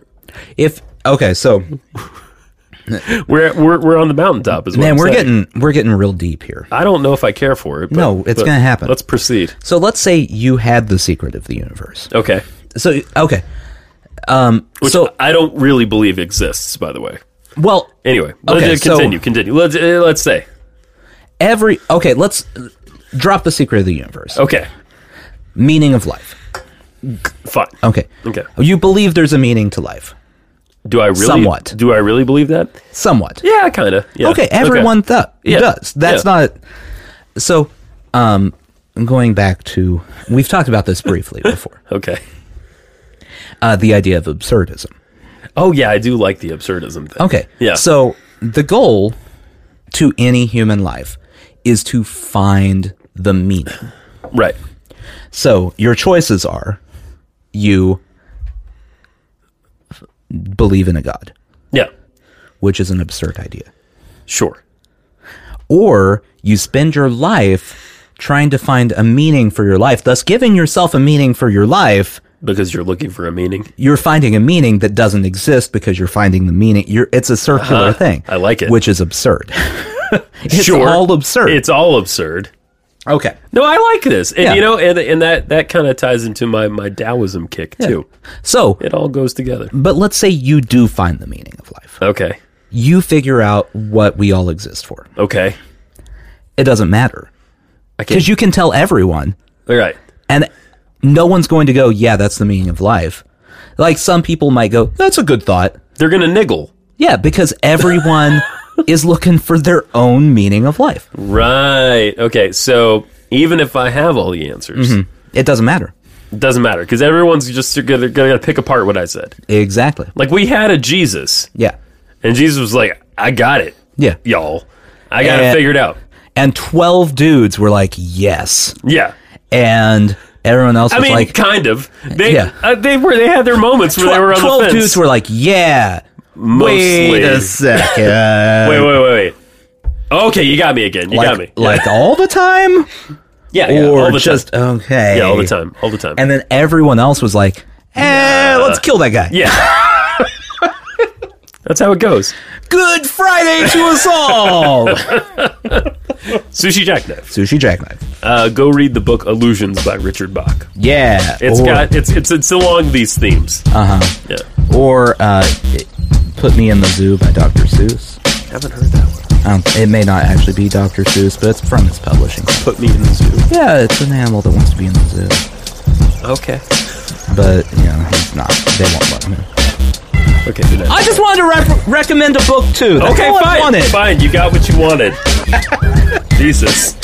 A: If okay, so
B: we're we're, we're on the mountaintop. Is what
A: man,
B: I'm
A: we're
B: saying.
A: getting we're getting real deep here.
B: I don't know if I care for it. But,
A: No, it's
B: but
A: gonna happen.
B: Let's proceed.
A: So let's say you had the secret of the universe.
B: Okay.
A: So okay. Um.
B: Which
A: So
B: I don't really believe exists, by the way.
A: well,
B: Anyway, let's
A: Okay,
B: just continue.
A: so-
B: continue. Let's uh, let's say.
A: every okay. Let's uh, drop the secret of the universe.
B: Okay.
A: Meaning of life.
B: Fine.
A: Okay.
B: Okay.
A: You believe there's a meaning to life,
B: Do I really?
A: Somewhat.
B: Do I really believe that?
A: somewhat.
B: Yeah, kind of. Yeah.
A: Okay. Everyone th-
B: Yeah.
A: does. That's
B: Yeah.
A: not. So, um, going back to we've talked about this briefly before.
B: Okay.
A: Uh, the idea of absurdism.
B: Oh yeah, I do like the absurdism thing.
A: Okay.
B: Yeah.
A: So the goal to any human life is to find the meaning.
B: right.
A: So your choices are you f- believe in a God,
B: Yeah.
A: which is an absurd idea,
B: Sure.
A: or you spend your life trying to find a meaning for your life, thus giving yourself a meaning for your life.
B: Because you're looking for a meaning.
A: You're finding a meaning that doesn't exist because you're finding the meaning. You're, it's a circular thing.
B: Uh-huh. I like it.
A: Which is absurd. it's
B: sure.
A: all absurd.
B: It's all absurd.
A: okay.
B: No, I like this. And
A: Yeah.
B: you know, and and that that kind of ties into my my Taoism kick too.
A: So,
B: It all goes together.
A: but let's say you do find the meaning of life.
B: Okay.
A: You figure out what we all exist for.
B: Okay.
A: It doesn't matter
B: I can't.
A: because you can tell everyone,
B: All right.
A: and no one's going to go, "Yeah, that's the meaning of life." Like some people might go, "That's a good thought."
B: They're going to niggle.
A: Yeah, because everyone is looking for their own meaning of life.
B: Right. Okay. So even if I have all the answers,
A: Mm. It doesn't matter.
B: it doesn't matter because everyone's just going to going to pick apart what I said.
A: Exactly.
B: Like we had a Jesus,
A: Yeah.
B: and Jesus was like, "I got it,
A: Yeah.
B: y'all. I got
A: Yeah.
B: it figured out."
A: And 12 dudes were like, yes.
B: Yeah.
A: And everyone else
B: I
A: was
B: mean,
A: like,
B: kind of. They
A: Yeah.
B: uh, they were they had their moments where they were on
A: 12
B: the fence.
A: dudes were like, yeah.
B: mostly.
A: Wait a second.
B: wait, wait, wait, wait. Okay, you got me again. You
A: like,
B: got me.
A: like all the time?
B: Yeah, yeah,
A: Or
B: all the
A: just,
B: time.
A: okay.
B: yeah, all the time, all the time.
A: And then everyone else was like, eh, let's kill that guy.
B: yeah, that's how it goes.
A: Good Friday to us all.
B: Sushi Jackknife.
A: Sushi Jackknife.
B: Uh, go read the book Illusions by Richard Bach.
A: Yeah.
B: It's
A: or-
B: got it's it's it's along these themes.
A: Uh-huh.
B: yeah,
A: or uh, it- Put Me in the Zoo by Dr. Seuss.
B: haven't heard that one.
A: Um, it may not actually be Dr. Seuss, but it's from his publishing.
B: Put me in the zoo.
A: Yeah, it's an animal that wants to be in the zoo,
B: Okay.
A: but you know he's not. They won't let him. in.
B: Okay. Good night.
A: I just wanted to rep- recommend a book too. That's
B: okay.
A: all I
B: Fine.
A: wanted.
B: Fine. You got what you wanted. Jesus.